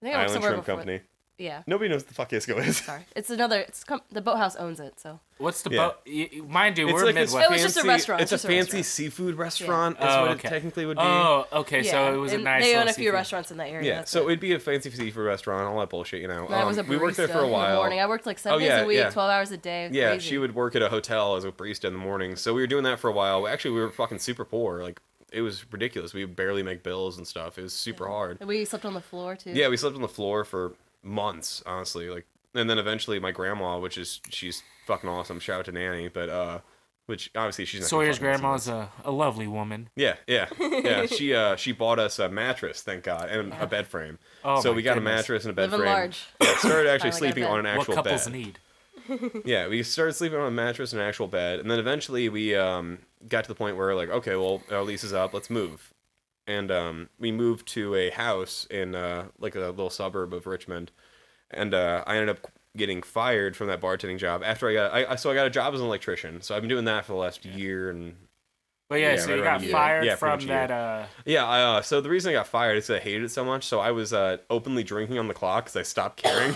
D: I think I worked
C: Island
D: somewhere
C: Shrimp
D: before.
C: Company.
D: Yeah.
C: Nobody knows what the fuck Isco is.
D: Sorry. It's another. It's com- the boathouse owns it, so
A: What's the
C: Yeah.
A: boat? y y- mind you,
C: It's
A: we're
C: like this
A: Midwest.
D: It was just a
C: fancy-
D: restaurant,
C: It's,
D: just
C: a
D: a
C: fancy
D: restaurant.
C: seafood restaurant.
A: Yeah.
C: Is
A: Oh,
C: what
A: okay.
C: it technically would be.
A: Oh, okay.
D: yeah.
A: So it was a
D: and
A: nice.
D: They own
A: little
D: a few
A: seafood.
D: restaurants in that area.
C: yeah.
D: that's
C: So
D: it.
C: it'd be a fancy seafood restaurant, all that bullshit, you know.
D: And I was a
C: Um, we worked there
D: barista
C: for a
D: in the
C: while.
D: morning. I worked like seven
C: Oh,
D: days
C: yeah,
D: a week,
C: yeah.
D: twelve hours a day.
C: yeah,
D: Crazy.
C: she would work at a hotel as a barista in the morning. So we were doing that for a while. Actually, we were fucking super poor. Like it was ridiculous. We would barely make bills and stuff. It was super hard.
D: And we slept on the floor too.
C: Yeah, we slept on the floor for months, honestly. Like, and then eventually my grandma, which is she's fucking awesome. Shout out to Nanny, but uh, which obviously she's not gonna
A: Sawyer's
C: fucking listen to
A: grandma's a, a lovely woman.
C: yeah, yeah, yeah. she uh she bought us a mattress, thank God, and a bed frame.
A: Oh,
C: so
A: my
C: we got
A: goodness.
C: a mattress and a bed
D: Living
C: frame.
D: large.
C: Yeah, started actually
D: Finally got a
C: sleeping on an
A: What
C: actual
A: couples
C: bed.
A: need?
C: Yeah, we started sleeping on a mattress and an actual bed, and then eventually we um got to the point where like, okay, well our lease is up, let's move, and um we moved to a house in uh like a little suburb of Richmond, and uh, I ended up getting fired from that bartending job after I got I I- so I got a job as an electrician, so I've been doing that for the last year and
A: But yeah,
C: Yeah,
A: so
C: right
A: you
C: around
A: got
C: a year.
A: fired
C: Yeah, pretty much
A: from
C: a
A: that.
C: year.
A: Uh,
C: Yeah, I, uh, so the reason I got fired is 'cause I hated it so much. So I was uh, openly drinking on the clock because I stopped caring.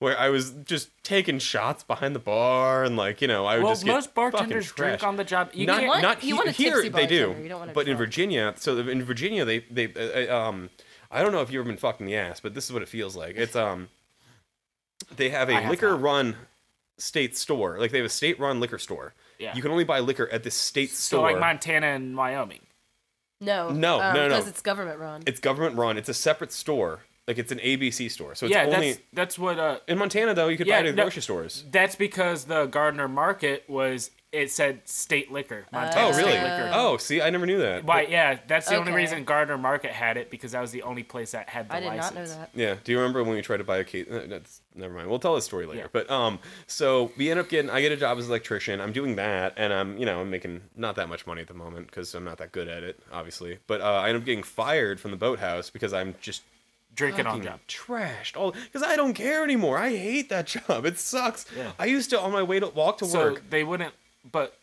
C: Where I was just taking shots behind the bar and like you know I would
A: well,
C: just get
A: most bartenders
C: fucking
A: drink
C: trashed.
A: on the job. You
C: not
A: can't.
D: want-
C: not
D: you
C: he-
D: want a
C: here
D: tipsy
C: they do,
D: bartender, you don't want a
C: but in
D: drunk.
C: Virginia, so in Virginia they they uh, uh, um I don't know if you've ever been fucked in the ass, but this is what it feels like. It's um they have a
A: I have
C: liquor
A: not.
C: run state store like they have a state run liquor store.
A: Yeah.
C: You can only buy liquor at this state
A: so
C: store.
A: like Montana and Wyoming.
D: No.
C: No, no, no.
D: Because it's government run.
C: it's government run. It's a separate store. Like it's an ABC store. So it's
A: yeah,
C: only
A: that's that's what. Uh,
C: in Montana though. You could
A: Yeah,
C: buy it at
A: no-
C: grocery stores.
A: that's because the Gardner Market was. It said state liquor. Montana
C: Oh really?
A: State liquor.
C: Oh, see, I never knew that.
A: Why? Yeah, that's the only
D: Okay.
A: reason Gardner Market had it because that was the only place that had the
D: I did
A: license.
D: not know that.
C: Yeah. Do you remember when we tried to buy a case? uh, That's never mind. We'll tell this story later.
A: Yeah.
C: But um, so we end up getting. I get a job as an electrician. I'm doing that, and I'm you know I'm making not that much money at the moment because I'm not that good at it, obviously. But uh, I end up getting fired from the boathouse because I'm just
A: Drinking
D: Oh.
A: on
C: fucking
A: job.
C: trashed all because I don't care anymore. I hate that job. It sucks.
A: Yeah.
C: I used to on my way to walk to
A: So
C: work.
A: they wouldn't, but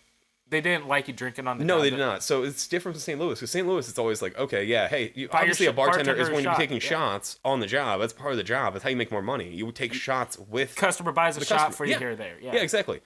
A: they didn't like you drinking on the.
C: No,
A: job,
C: they
A: but-
C: did not. So it's different from St. Louis. Because St. Louis, it's always like, okay, yeah, hey, you,
A: Buy your
C: obviously a
A: sh-
C: bartender,
A: bartender
C: is
A: a
C: going to
A: shot,
C: be taking
A: yeah.
C: shots on the job. That's part of the job. That's how you make more money. You take shots with
A: Customer buys a
C: the
A: shot
C: customer.
A: for you
C: Yeah.
A: here or there. Yeah.
C: Yeah, exactly.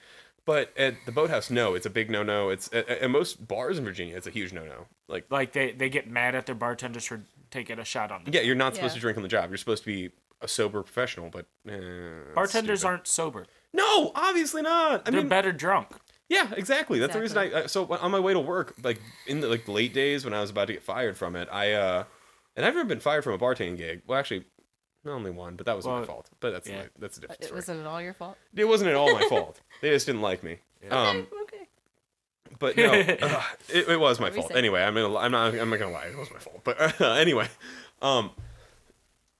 C: But at the boathouse, no, it's a big no-no. It's at, at most bars in Virginia, it's a huge no-no. Like,
A: Like they, they get mad at their bartenders for taking a shot on them.
C: yeah, you're not supposed to
D: Yeah.
C: drink on the job. You're supposed to be a sober professional. But eh, that's
A: Bartenders
C: stupid.
A: aren't sober.
C: No, obviously not. I
A: They're
C: mean,
A: better drunk.
C: Yeah, exactly. That's the reason
D: Exactly.
C: I. I- So when- on my way to work, like in the like late days when I was about to get fired from it, I uh, and I've never been fired from a bartending gig. Well, actually, not only one, but that was
A: Well,
C: my fault. But that's
A: yeah.
C: like, that's a different
D: It
C: story.
D: wasn't at all your fault.
C: It wasn't at all my fault. They just didn't like me. Um,
D: Okay.
C: but no, ugh, it, it was my
D: What were you
C: fault.
D: saying?
C: Anyway, I'm gonna, I'm not, I'm not gonna lie. It was my fault. But uh, anyway, um,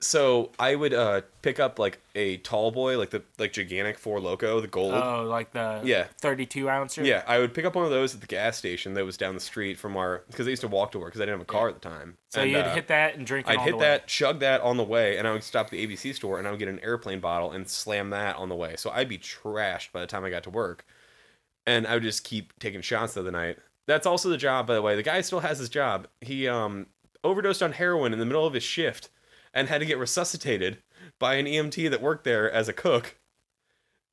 C: so I would uh pick up like a tall boy, like the like gigantic four loco, the gold.
A: Oh, like the
C: Yeah.
A: 32 ouncer?
C: Yeah, I would pick up one of those at the gas station that was down the street from our because I used to walk to work because I didn't have a car at the time.
A: So
C: And,
A: you'd
C: uh,
A: hit that and drink it
C: I'd
A: all
C: hit
A: the way.
C: that, chug that on the way, and I would stop at the ABC store and I would get an airplane bottle and slam that on the way. So I'd be trashed by the time I got to work, and I would just keep taking shots of the night. That's also the job, by the way. The guy still has his job. He um overdosed on heroin in the middle of his shift and had to get resuscitated by an EMT that worked there as a cook.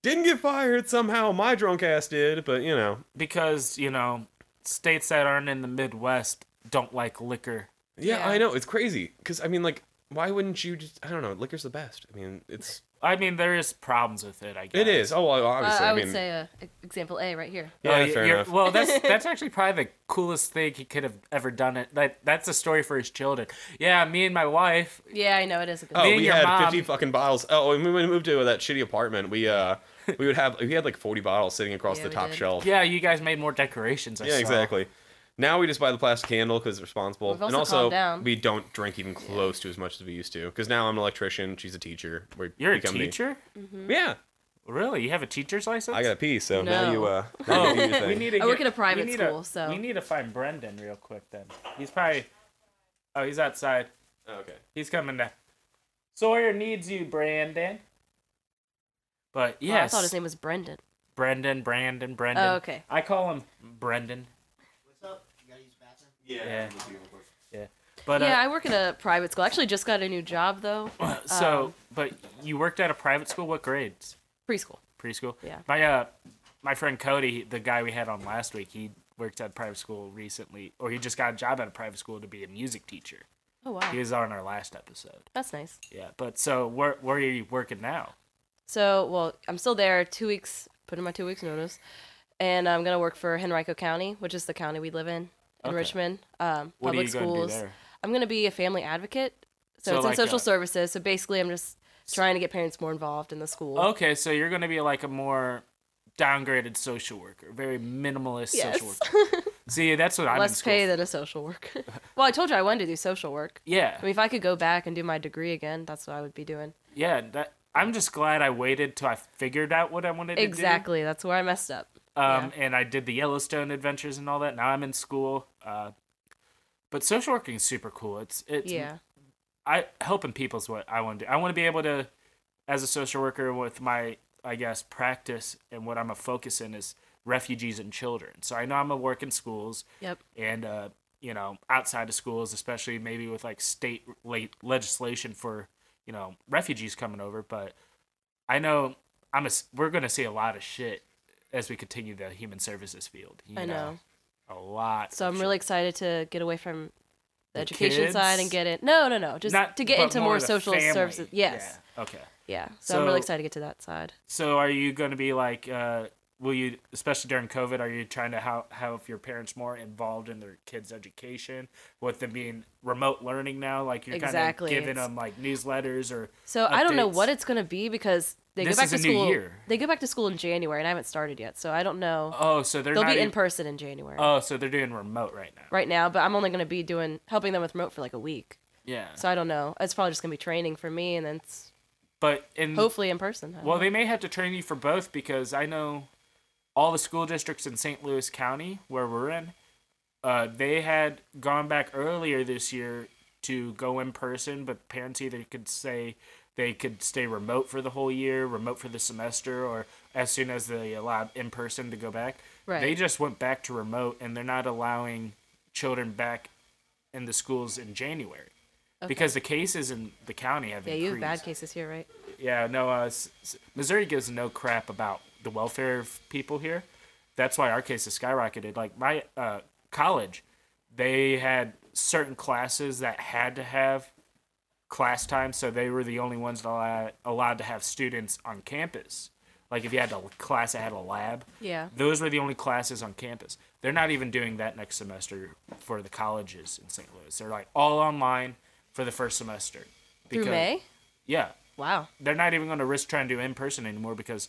C: Didn't get fired somehow. My drunk ass did, but you know.
A: Because, you know, states that aren't in the Midwest don't like liquor.
C: Yeah,
D: Yeah.
C: I know. It's crazy. Because, I mean, like, why wouldn't you just, I don't know, liquor's the best. I mean, it's,
A: I mean, there is problems with it, I guess.
C: it is. Oh, well, obviously.
D: I,
C: I,
D: would
C: mean,
D: say uh, e- example A right here.
C: yeah,
A: Oh, y-
C: fair
A: you're-
C: enough.
A: Well, that's that's actually probably the coolest thing he could have ever done. It that that's a story for his children. Yeah, me and my wife.
D: Yeah, I know it is a good.
C: Oh,
A: me and
C: we
A: your
C: had
A: mom-
C: 50 fucking bottles. Oh, and when we moved to that shitty apartment, we, uh, we would have, we had like 40 bottles sitting across
D: Yeah,
C: the
D: we
C: top
D: did.
C: shelf.
A: Yeah, you guys made more decorations. I
C: Yeah,
A: saw.
C: exactly. Now we just buy the plastic candle because it's responsible,
D: We've
C: and
D: also calmed
C: also
D: down.
C: we don't drink even close to as much as we used to. Because now I'm an electrician, she's a teacher. We're
A: You're a
C: become the-
A: teacher?
C: yeah,
A: Really? You have a teacher's license?
C: I got a pee, so now
D: No.
C: you uh, now you do your
A: Oh. We
C: thing.
A: need to
D: I work
A: get-
D: at a private
A: we need
D: school,
A: to,
D: so-
A: we need to find Brendan real quick. Then he's probably. Oh, he's outside.
C: Oh, okay.
A: He's coming down. Sawyer needs you, Brandon. But
D: Well, Oh, I
A: yes,
D: thought his name was Brendan.
A: Brendan, Brandon, Brendan.
D: Oh, okay.
A: I call him Brendan.
E: What's up? You gotta use the bathroom?
A: Yeah. Yeah. But
D: yeah,
A: uh,
D: I work at a private school. I actually just got a new job though.
A: so,
D: um,
A: but you worked at a private school. What grades?
D: preschool.
A: preschool.
D: Yeah.
A: My uh, my friend Cody, the guy we had on last week, he worked at a private school recently, or he just got a job at a private school to be a music teacher.
D: Oh wow,
A: He was on our last episode.
D: that's nice.
A: Yeah. But so where where are you working now?
D: So, well, I'm still there. Two weeks, put in my two weeks notice, and I'm gonna work for Henrico County, which is the county we live in. in
A: Okay.
D: Richmond, um,
A: What
D: public
A: are you
D: schools.
A: going to do there?
D: I'm gonna be a family advocate, so,
A: So
D: it's in
A: like uh,
D: social
A: a-
D: services. So basically, I'm just trying to get parents more involved in the school.
A: Okay, so you're going to be like a more downgraded social worker, very minimalist
D: Yes.
A: social worker. See, that's what I'm in
D: Less
A: school
D: pay
A: for.
D: than a social work. well, I told you I wanted to do social work.
A: Yeah,
D: I mean, if I could go back and do my degree again, that's what I would be doing.
A: yeah. That I'm just glad I waited till I figured out what I wanted to do.
D: Exactly. That's where I messed up.
A: Um, and I did the Yellowstone adventures and all that. Now I'm in school. Uh, but social working is super cool. It's it's
D: yeah.
A: I helping people is what I want to do. I want to be able to, as a social worker, with my I guess practice and what I'm a focus in is refugees and children. So I know I'm a work in schools
D: Yep.
A: and uh, you know outside of schools, especially maybe with like state late legislation for you know refugees coming over. But I know I'm a s- we're gonna see a lot of shit as we continue the human services field. you
D: I know.
A: a lot.
D: So
A: of
D: I'm
A: shit.
D: really excited to get away from
A: The
D: the, education
A: kids?
D: side and get in. No, no, no. Just
A: Not-
D: to get
A: but
D: into more,
A: the
D: social
A: family.
D: services. Yes.
A: Yeah. Okay.
D: Yeah. So, I'm really
A: So-
D: excited to get to that side.
A: So are you going to be like, uh, will you, especially during COVID, are you trying to ha- have your parents more involved in their kids' education with them being remote learning now? Like you're
D: Exactly.
A: kind of giving
D: It's-
A: them like newsletters or
D: So I don't know
A: updates.
D: what it's going to be because they
A: This
D: go back
A: is
D: to
A: a new
D: school.
A: year.
D: They go back to school in January, and I haven't started yet, so I don't know.
A: Oh, so they're
D: They'll
A: not
D: be in
A: even-
D: person in January
A: Oh, so they're doing remote right now.
D: right now, but I'm only going to be doing helping them with remote for like a week.
A: Yeah.
D: So I don't know. It's probably just going to be training for me, and then it's
A: but in
D: hopefully in person. I don't
A: well,
D: know.
A: they may have to train you for both because I know all the school districts in St. Louis County where we're in, uh, they had gone back earlier this year to go in person, but parents either could say they could stay remote for the whole year, remote for the semester, or as soon as they allowed in person to go back.
D: Right.
A: They just went back to remote and they're not allowing children back in the schools in January. Because the cases in the county have
D: yeah, you
A: increased.
D: have bad cases here, right?
A: Yeah, no, uh, s- s- Missouri gives no crap about the welfare of people here. That's why our cases skyrocketed. Like my uh, college, they had certain classes that had to have class time, so they were the only ones that allowed, allowed to have students on campus. Like if you had a class that had a lab,
D: Yeah.
A: those were the only classes on campus. They're not even doing that next semester for the colleges in St. Louis. They're like all online for the first semester.
D: Through
A: because-
D: May.
A: Yeah,
D: Wow.
A: they're not even going to risk trying to do in person anymore because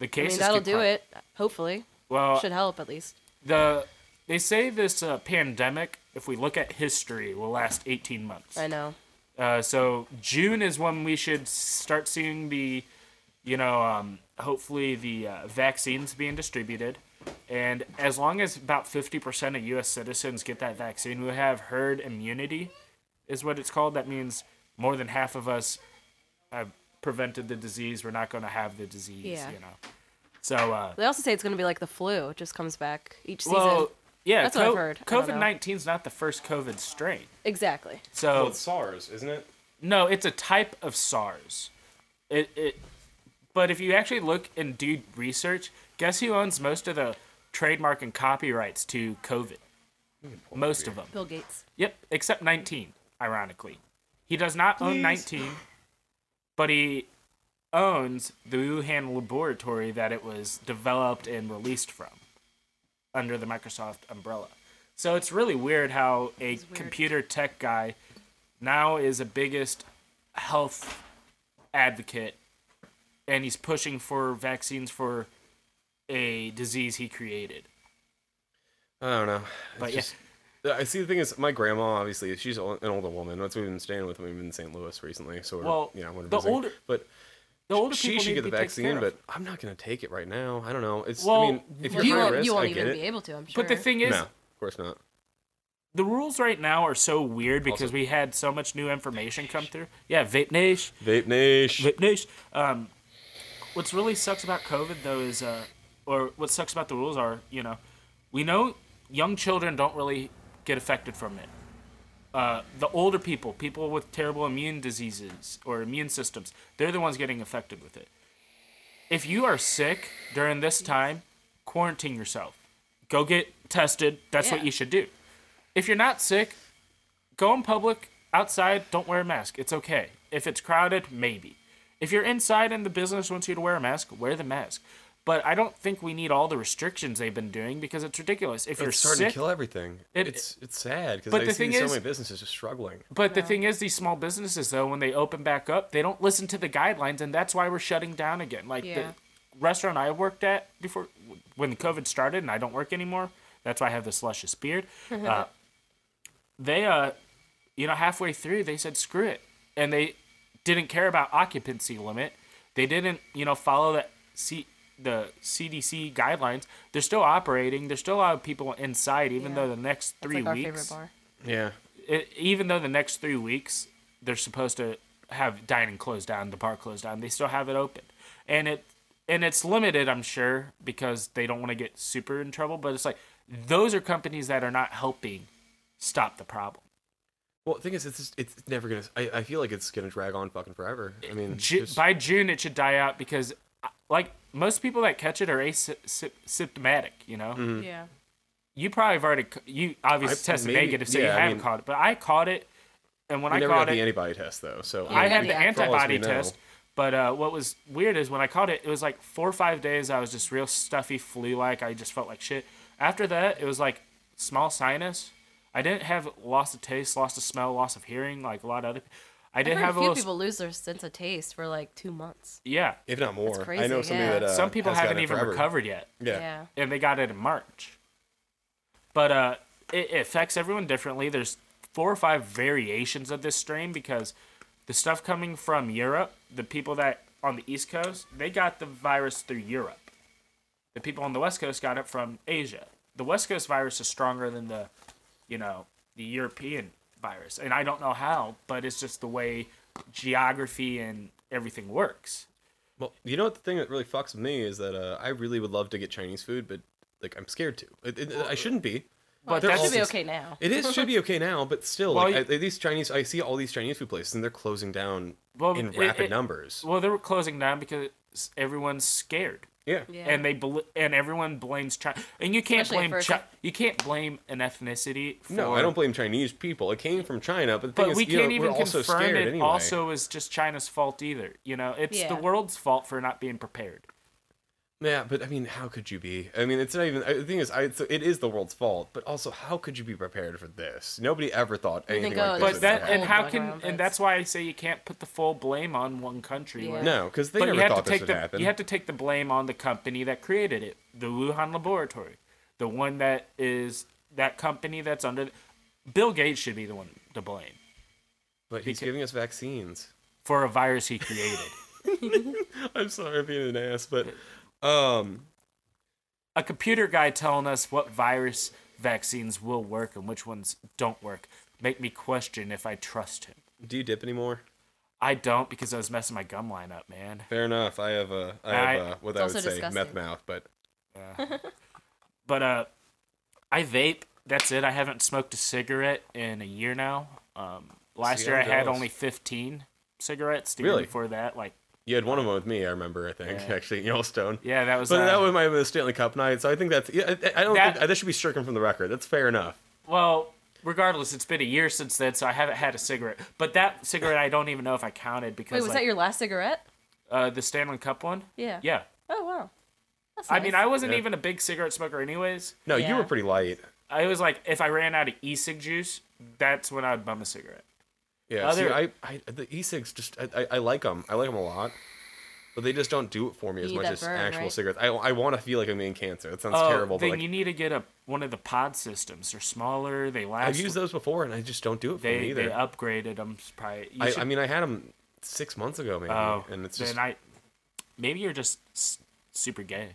A: the
D: I
A: cases.
D: mean, that'll
A: keep
D: do
A: cli- Uh,
D: it. Hopefully,
A: Well,
D: should help at least.
A: the they say this uh, pandemic, if we look at history, will last 18 months.
D: I know.
A: Uh, so June is when we should start seeing the, you know, um, hopefully the uh, vaccines being distributed. And as long as about 50% of U.S. citizens get that vaccine, we have herd immunity, is what it's called. That means more than half of us have prevented the disease. We're not going to have the disease,
D: Yeah.
A: you know. So, uh,
D: They also say it's going to be like the flu. It just comes back each season.
A: well, yeah,
D: That's what I've heard. I don't know.
A: COVID 19 is not the first COVID strain.
D: exactly.
A: So
C: Well, it's SARS, isn't it?
A: No, it's a type of SARS. It it but if you actually look and do research, guess who owns most of the trademark and copyrights to COVID? Most of them.
D: Bill Gates.
A: Yep, except 19, ironically. He does not own 19, but he owns the Wuhan laboratory that it was developed and released from under the Microsoft umbrella. So it's really weird how a computer tech guy now is the biggest health advocate and he's pushing for vaccines for a disease he created.
C: I don't know.
A: But
C: It's
A: yeah.
C: just- I see the thing is, my grandma obviously she's an older woman. That's what we've been staying with. We've been in St. Louis recently, so we're,
A: Well,
C: you know, we're
A: the
C: visiting.
A: older-
C: but
A: The older
C: she
A: people
C: should
A: need
C: get
A: to
C: the
A: be taken care
C: vaccine,
A: of.
C: but I'm not gonna take it right now. I don't know. It's
A: Well,
C: I mean, if
D: Well,
C: you're
D: you
C: high
D: won't.
C: risk,
D: you won't
C: I get
D: even be
C: it.
D: able to. I'm sure.
A: But the thing is,
C: No, of course not.
A: the rules right now are so weird because
C: Also-
A: we had so much new information come through. Yeah, vape niche,
C: Vape Nation.
A: vape niche. Um, what's really sucks about COVID though is, uh, or what sucks about the rules are, you know, we know young children don't really get affected from it. Uh, the older people, people with terrible immune diseases or immune systems, they're the ones getting affected with it. If you are sick during this time, quarantine yourself. Go get tested. That's what
D: Yeah.
A: you should do. If you're not sick, go in public outside don't wear a mask it's okay if it's crowded maybe if you're inside and the business wants you to wear a mask wear the mask But I don't think we need all the restrictions they've been doing because it's ridiculous. If you're
C: It's starting
A: sick,
C: to kill everything.
A: It-
C: it's it's sad because
A: But
C: I
A: the
C: see
A: thing
C: so
A: is-
C: many businesses just struggling.
A: But the thing is, these small businesses, though, when they open back up, they don't listen to the guidelines, and that's why we're shutting down again. Like
D: Yeah.
A: the restaurant I worked at before, when COVID started, and I don't work anymore. That's why I have this luscious beard. uh, they, uh, you know, halfway through, they said screw it, and they didn't care about occupancy limit. They didn't, you know, follow the C- the CDC guidelines. They're still operating. They're still allowing people inside, even
D: Yeah.
A: though the next
D: It's
A: three
D: like our
A: weeks
D: favorite bar.
C: Yeah.
A: it, e, even though the next three weeks they're supposed to have dining closed down, the bar closed down, they still have it open, and it and it's limited, I'm sure, because they don't want to get super in trouble. But it's like those are companies that are not helping stop the problem.
C: Well, the thing is, it's just, it's never gonna. I, I feel like it's gonna drag on fucking forever. I mean,
A: Ju-
C: there's-
A: by June, it should die out because, uh, like most people that catch it are asymptomatic. You know,
D: Yeah.
A: you probably have already c- you obviously
C: Mm-hmm. I-
A: tested
C: maybe-
A: negative, so
C: yeah,
A: you
C: I
A: haven't
C: mean-
A: caught it. But I caught it, and when
C: we
A: I
C: never
A: caught
C: got
A: it,
C: the antibody test though, so
A: I
C: mean,
A: had the
D: Yeah.
C: for all as we
A: antibody
C: know-
A: test, but uh, what was weird is when I caught it, it was like four or five days. I was just real stuffy, flu-like. I just felt like shit. After that, it was like small sinus. I didn't have loss of taste, loss of smell, loss of hearing, like a lot of other. I
D: I've
A: did
D: heard
A: have a
D: a few
A: little.
D: people lose their sense of taste for like two months.
A: yeah,
C: If not more,
D: crazy,
C: I know somebody
D: yeah.
C: that uh,
A: some people
C: has gotten
A: haven't
C: it
A: even
C: forever.
A: recovered yet,
C: Yeah.
D: yeah.
A: and they got it in March. But uh, it, it affects everyone differently. There's four or five variations of this strain because the stuff coming from Europe, the people that on the East Coast, they got the virus through Europe. The people on the West Coast got it from Asia. The West Coast virus is stronger than the, you know, the European virus, and I don't know how, but it's just the way geography and everything works.
C: Well, you know what the thing that really fucks with me is that uh, I really would love to get Chinese food, but like I'm scared to. It, it- I shouldn't be.
A: But
C: they're
D: It
A: that's
D: should be
C: just-
D: okay now.
C: It is should be okay now, but still,
A: Well,
C: like
A: you-
C: I, these Chinese, I see all these Chinese food places and they're closing down
A: Well,
C: in
A: it-
C: rapid
A: it-
C: numbers.
A: Well, they were closing down because everyone's scared.
C: yeah.
D: Yeah.
A: and they bl- and everyone blames China. And you can't
D: Especially at
A: blame
D: first.
A: Chi- you can't blame an ethnicity. For,
C: No, I don't blame Chinese people. It came from China, but the
A: But
C: thing
A: we
C: is, you know,
A: can't even
C: we're also
A: confirm
C: scared
A: it.
C: anyway.
A: Also, is just China's fault either. You know, it's the
D: Yeah.
A: world's fault for not being prepared.
C: Yeah, but I mean, how could you be? I mean, it's not even. I- The thing is, I, it's, it is the world's fault, but also, how could you be prepared for this? Nobody ever thought
D: think,
C: anything like
D: oh,
A: But
C: this.
D: it's
C: would
D: just
A: that
D: the
A: and
C: happen.
D: whole
A: how
D: world
A: can
D: around
A: and
D: us.
A: that's why I say you can't put the full blame on one country.
D: Yeah.
A: like-
C: no, because they
A: but
C: never
A: you have
C: thought
A: to
C: this
A: take
C: would
A: the
C: happen.
A: you have to take the blame on the company that created it, the Wuhan laboratory, the one that is that company that's under. Bill Gates should be the one to blame
C: but he's giving us vaccines.
A: for a virus he created.
C: I'm sorry, I'm being an ass, but um,
A: a computer guy telling us what virus vaccines will work and which ones don't work make me question if I trust him.
C: do you dip anymore?
A: I don't because I was messing my gum line up, man.
C: Fair enough. I have a, I
A: I-
C: have a, what I would
D: also
C: say, meth
D: disgusting.
C: mouth, but
A: But uh, I vape. That's it. I haven't smoked a cigarette in a year now. Um, last
C: See,
A: year
C: I'm
A: I had
C: jealous.
A: only 15 cigarettes. The
C: Really?
A: Year before that, like
C: you had one of them with me. I remember. I think
A: Yeah.
C: actually in Yellowstone.
A: yeah, that was.
C: But
A: uh,
C: that was my the Stanley Cup night, so I think that's. Yeah, I, I don't
A: That-
C: think that should be stricken from the record. That's fair enough.
A: Well, regardless, it's been a year since then, so I haven't had a cigarette. But that cigarette, I don't even know if I counted because
D: Wait, was that
A: like,
D: your last cigarette?
A: uh, the Stanley Cup one?
D: Yeah.
A: Yeah.
D: Oh wow. That's
A: I mean, I wasn't
C: Yeah.
A: even a big cigarette smoker, anyways.
C: No, you
D: Yeah.
C: were pretty light.
A: I was like, if I ran out of e-cig juice, that's when I would bum a cigarette.
C: Yeah,
A: Other-
C: see, I, I the e-cigs just I, I, I like them. I like them a lot, but they just don't do it for me
D: You
C: as
D: need
C: much
D: that
C: as
D: burn,
C: actual
D: right?
C: cigarettes. I, I want to feel like I'm getting cancer. That sounds
A: Oh,
C: terrible, but
A: then
C: like,
A: you need to get a one of the pod systems. They're smaller. They last.
C: I've used those before and I just don't do it for me
A: They
C: either.
A: they upgraded them. Probably. You
C: I,
A: should-
C: I mean, I had them six months ago maybe,
A: oh,
C: and it's
A: then
C: just
A: I. Maybe you're just s- super gay.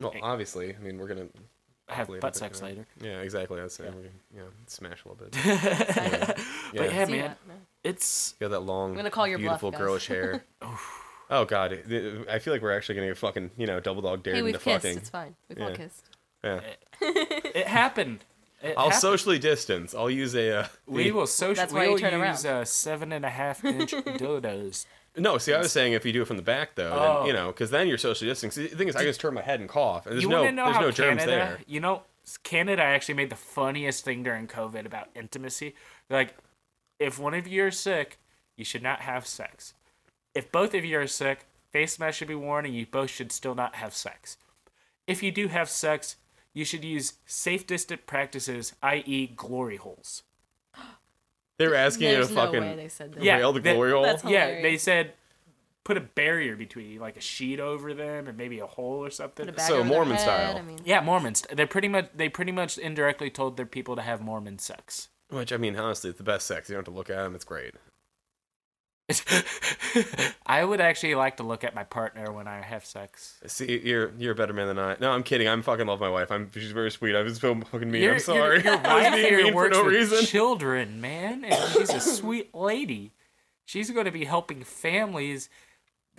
C: well, obviously. I mean, we're gonna
A: Have
C: Later,
A: butt
C: but, uh,
A: sex
C: yeah.
A: later.
C: yeah, exactly. That's yeah. We're gonna, yeah, smash a little bit. yeah.
A: But yeah,
C: yeah.
A: man,
D: that, no.
A: it's
C: got that long,
D: gonna call your bluff,
C: beautiful
D: guys.
C: girlish hair. oh God, it- it- I feel like we're actually gonna get fucking you know double dog dared
D: Hey,
C: into
D: we've kissed.
C: fucking.
D: It's fine. We've all
C: Yeah.
D: kissed.
C: Yeah.
A: it happened. It
C: I'll
A: happened.
C: socially distance. I'll use a. Uh,
A: We will social.
D: That's why you
A: we'll
D: turn around.
A: use uh, seven and a half inch dildos.
C: No, see, I was saying if you do it from the back, though,
A: Oh.
C: then, you know, because then you're social distancing. See, The thing is, I can just turn my head and cough, and there's
A: you
C: no,
A: want to know
C: there's
A: how
C: no germs
A: Canada?
C: there.
A: You know, Canada actually made the funniest thing during COVID about intimacy. They're like, if one of you are sick, you should not have sex. If both of you are sick, Face masks should be worn, and you both should still not have sex. If you do have sex, you should use safe distant practices, i.e., glory holes.
C: They were asking you to
D: There's no
C: fucking
D: way they said that.
A: Yeah,
C: rail the
A: that-
C: glory hole.
D: That's
A: Yeah, they
D: hilarious.
A: said put a barrier between you, like a sheet over them, and maybe a hole or something.
D: Put a bag
C: So
D: over their
C: Mormon
D: head,
C: style.
D: I mean,
A: Yeah, Mormons. They pretty much they pretty much indirectly told their people to have Mormon sex.
C: Which I mean, honestly, it's the best sex. You don't have to look at them. It's great.
A: I would actually like to look at my partner when I have sex.
C: See, you're you're a better man than I. No, I'm kidding. I'm fucking love my wife. I'm she's very sweet. I was so fucking mean.
A: Your-
C: I'm sorry.
A: Your, your
C: I was
A: wife
C: being
A: here
C: mean for
A: works
C: no
A: with
C: reason.
A: children, man, and she's a sweet lady. She's going to be helping families.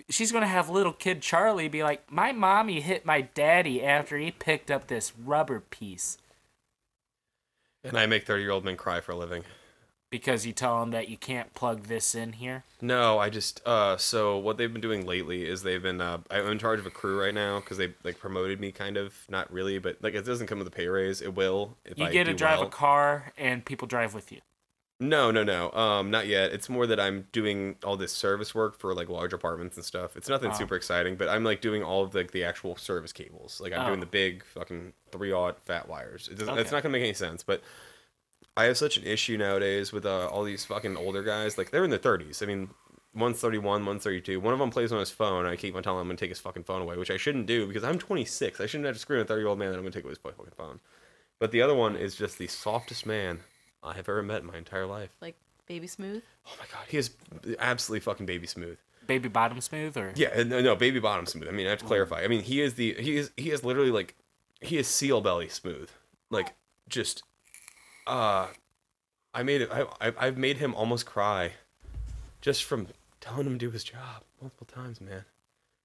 A: She's going to have little kid Charlie be like, "My mommy hit my daddy after he picked up this rubber piece
C: And I make thirty year old men cry for a living.
A: because you tell him that you can't plug this in here."
C: No, I just uh so what they've been doing lately is they've been uh I'm in charge of a crew right now because they like promoted me kind of not really but like it doesn't come with a pay raise it will if
A: You
C: I
A: get to
C: do
A: drive
C: well.
A: a car, and people drive with you.
C: No, no, no. Um, not yet. It's more that I'm doing all this service work for like large apartments and stuff. It's nothing
A: Oh.
C: super exciting, but I'm like doing all of like the actual service cables. Like I'm
A: Oh.
C: doing the big fucking three aught fat wires. It doesn't, It's
A: Okay.
C: not gonna make any sense, but I have such an issue nowadays with uh, all these fucking older guys. Like they're in their 30s. I mean, one's 31, one's 32. One of them plays on his phone. and I keep on telling him I'm gonna take his fucking phone away, which I shouldn't do because I'm 26. I shouldn't have to screw with a 30 year old man that I'm gonna take away his fucking phone. But the other one is just the softest man I have ever met in my entire life.
D: like baby smooth.
C: Oh my god, he is absolutely fucking baby smooth.
A: Baby bottom smooth, or
C: Yeah, and- no, baby bottom smooth. I mean, I have to clarify. I mean, he is the he is he is literally like he is seal belly smooth. Like just uh I made it I I- I've made him almost cry just from telling him to do his job multiple times, man.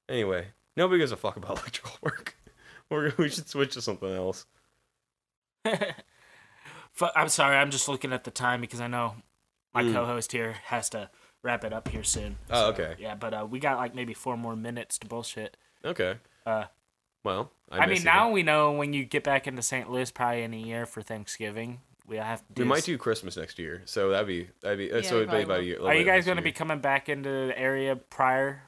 C: Anyway, nobody gives a fuck about electrical work. We're, we should switch to something else.
A: Fu- I'm sorry, I'm just looking at the time because I know my
C: Mm.
A: co-host here has to wrap it up here soon.
C: Oh, okay.
A: Yeah, but uh, we got like maybe four more minutes to bullshit.
C: Okay.
A: Uh,
C: Well, I,
A: I, mean,
C: miss you.
A: now we know when you get back into St. Louis, probably in a year for Thanksgiving, we have to. Do
C: we might
A: s-
C: do Christmas next year, so that'd be that'd be uh
D: Yeah,
C: so
D: we
C: it'd be
D: probably
C: about a
D: will.
C: year. a little
A: Are you
C: later
A: guys
C: this
A: going to be
C: year.
A: coming back into the area prior?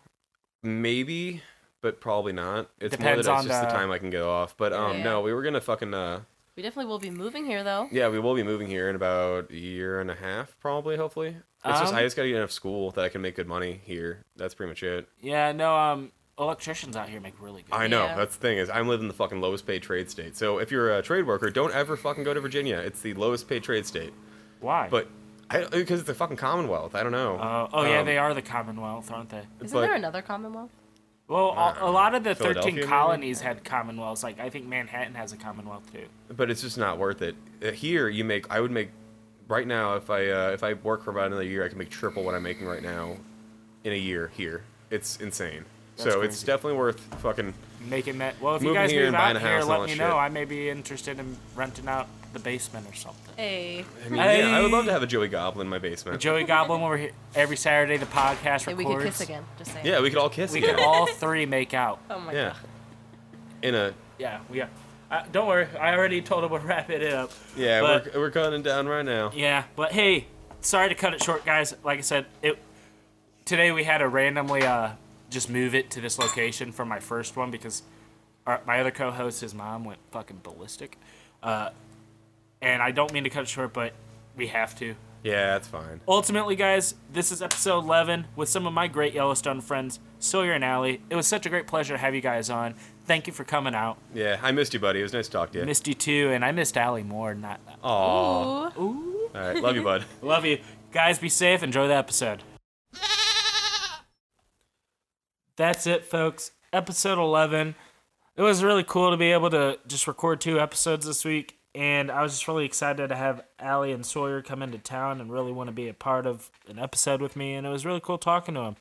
C: Maybe, but probably not. It's
A: Depends
C: more
A: on
C: that it's just the...
A: the-
C: time I can get off. But um,
D: Yeah.
C: no, we were gonna fucking uh,
D: We definitely will be moving here though.
C: yeah, we will be moving here in about a year and a half, probably. Hopefully, it's just
A: Um,
C: I just gotta get enough school that I can make good money here. That's pretty much it.
A: Yeah, no. Um, electricians out here make really good.
C: I know.
D: Yeah.
C: That's the thing is I'm living in the fucking lowest paid trade state. So if you're a trade worker, don't ever fucking go to Virginia. It's the lowest paid trade state.
A: Why?
C: But I because it's the fucking Commonwealth. I don't know.
A: Uh, oh yeah,
C: Um,
A: they are the Commonwealth, aren't they?
D: Isn't
C: but-
D: there another Commonwealth?
A: Well, a, a lot of the
C: Philadelphia,
A: 13
C: maybe?
A: colonies had commonwealths. Like I think Manhattan has a commonwealth too.
C: but it's just not worth it. Uh, Here, you make I would make right now if I uh, if I work for about another year, I can make triple what I'm making right now in a year here. It's insane. so it's
A: crazy.
C: definitely worth fucking.
A: making that. Well, if you
C: Moving
A: guys
C: here
A: move
C: and
A: out
C: buying a house
A: here,
C: and all
A: let
C: that
A: me
C: shit.
A: know. I may be interested in renting out the basement or something.
D: Hey,
C: I mean, yeah, I would love to have a Joey Goblin in my basement.
A: Joey Goblin over here every Saturday. The podcast
D: hey,
A: records.
D: we could kiss again. Just saying.
C: yeah, we could all kiss
A: We
C: again.
A: could all three make out.
D: Oh my
C: yeah,
D: god.
C: in a
A: Yeah, we got. Uh, don't worry, I already told him we'll wrap it up.
C: yeah,
A: But-
C: we're we're cutting down right now.
A: Yeah, but hey, sorry to cut it short, guys. Like I said, it today we had to randomly uh, just move it to this location from my first one because our, my other co-host, his mom, went fucking ballistic. Uh, and I don't mean to cut it short, but we have to.
C: Yeah, that's fine.
A: ultimately, guys, this is episode 11 with some of my great Yellowstone friends, Sawyer and Allie. It was such a great pleasure to have you guys on. Thank you for coming out.
C: Yeah, I missed you, buddy. It was nice to talk to you.
A: Missed you too, and I missed Allie more. Not
C: Aw, all
D: Ooh.
C: right, love you, bud.
A: love you guys. Be safe. Enjoy the episode. That's it, folks. Episode 11. It was really cool to be able to just record two episodes this week, and I was just really excited to have Allie and Sawyer come into town and really want to be a part of an episode with me. And it was really cool talking to them.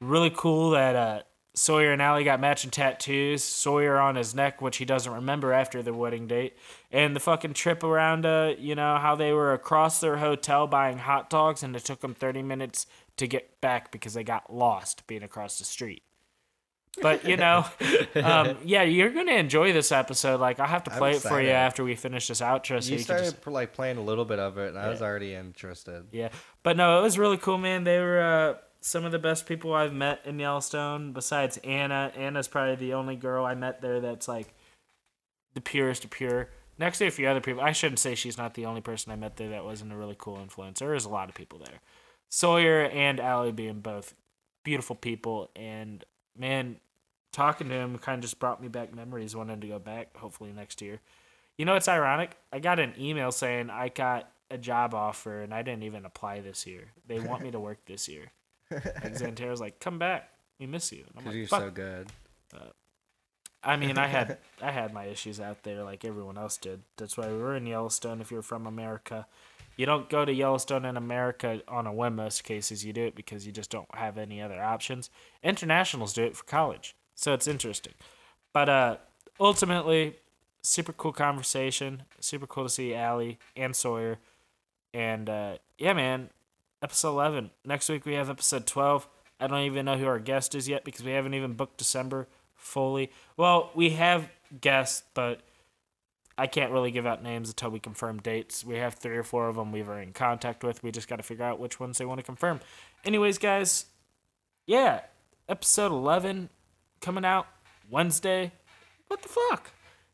A: Really cool that uh, Sawyer and Allie got matching tattoos. Sawyer on his neck, which he doesn't remember after the wedding date, and the fucking trip around. Uh, you know how they were across their hotel buying hot dogs, and it took them thirty minutes to get back because they got lost being across the street. But you know, um, yeah, you're gonna enjoy this episode. Like I'll have to
B: I'm
A: play it for you
B: excited.
A: after we finish this outro, so you,
B: You
A: can
B: started
A: just
B: like playing a little bit of it, and I was already interested.
A: yeah. But no, it was really cool, man. They were uh, some of the best people I've met in Yellowstone besides Anna. Anna's probably the only girl I met there that's like the purest of pure. Next to a few other people, I shouldn't say she's not the only person I met there that wasn't a really cool influence. There was a lot of people there. Sawyer and Allie being both beautiful people, and man, talking to him kind of just brought me back memories. Wanted to go back, hopefully next year. You know, it's ironic. I got an email saying I got a job offer and I didn't even apply this year. They want me to work this year. And Zantero's like, "Come back, we miss you." And I'm
B: Because
A: like,
B: you're
A: "Fuck."
B: so good.
A: I mean, I had I had my issues out there like everyone else did. That's why we were in Yellowstone. If you're from America, you don't go to Yellowstone in America on a whim. Most cases, you do it because you just don't have any other options. Internationals do it for college, so it's interesting. But uh, ultimately, super cool conversation. Super cool to see Allie and Sawyer. And uh, yeah, man, episode 11. Next week we have episode 12. I don't even know who our guest is yet because we haven't even booked December fully. Well, we have guests, but I can't really give out names until we confirm dates. We have three or four of them we were in contact with. We just got to figure out which ones they want to confirm. Anyways, guys, yeah, episode 11 coming out Wednesday. What the fuck?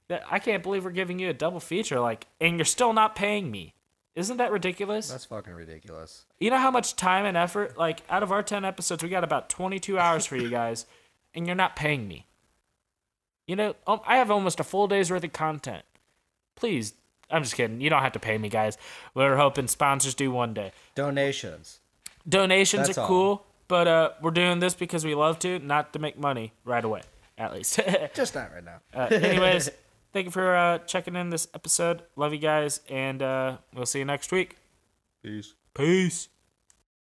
A: That I can't believe we're giving you a double feature like and you're still not paying me. Isn't that ridiculous?
B: That's fucking ridiculous.
A: You know how much time and effort, like out of our 10 episodes, we got about 22 hours for you guys, and you're not paying me. You know, um, I have almost a full day's worth of content. Please, I'm just kidding. You don't have to pay me, guys. We're hoping sponsors do one day.
B: Donations.
A: Donations
B: That's
A: are
B: all.
A: cool, but uh, we're doing this because we love to, not to make money right away, at least.
B: Just not right now.
A: uh, anyways, thank you for uh, checking in this episode. Love you guys, and uh, we'll see you next week.
C: Peace.
A: Peace.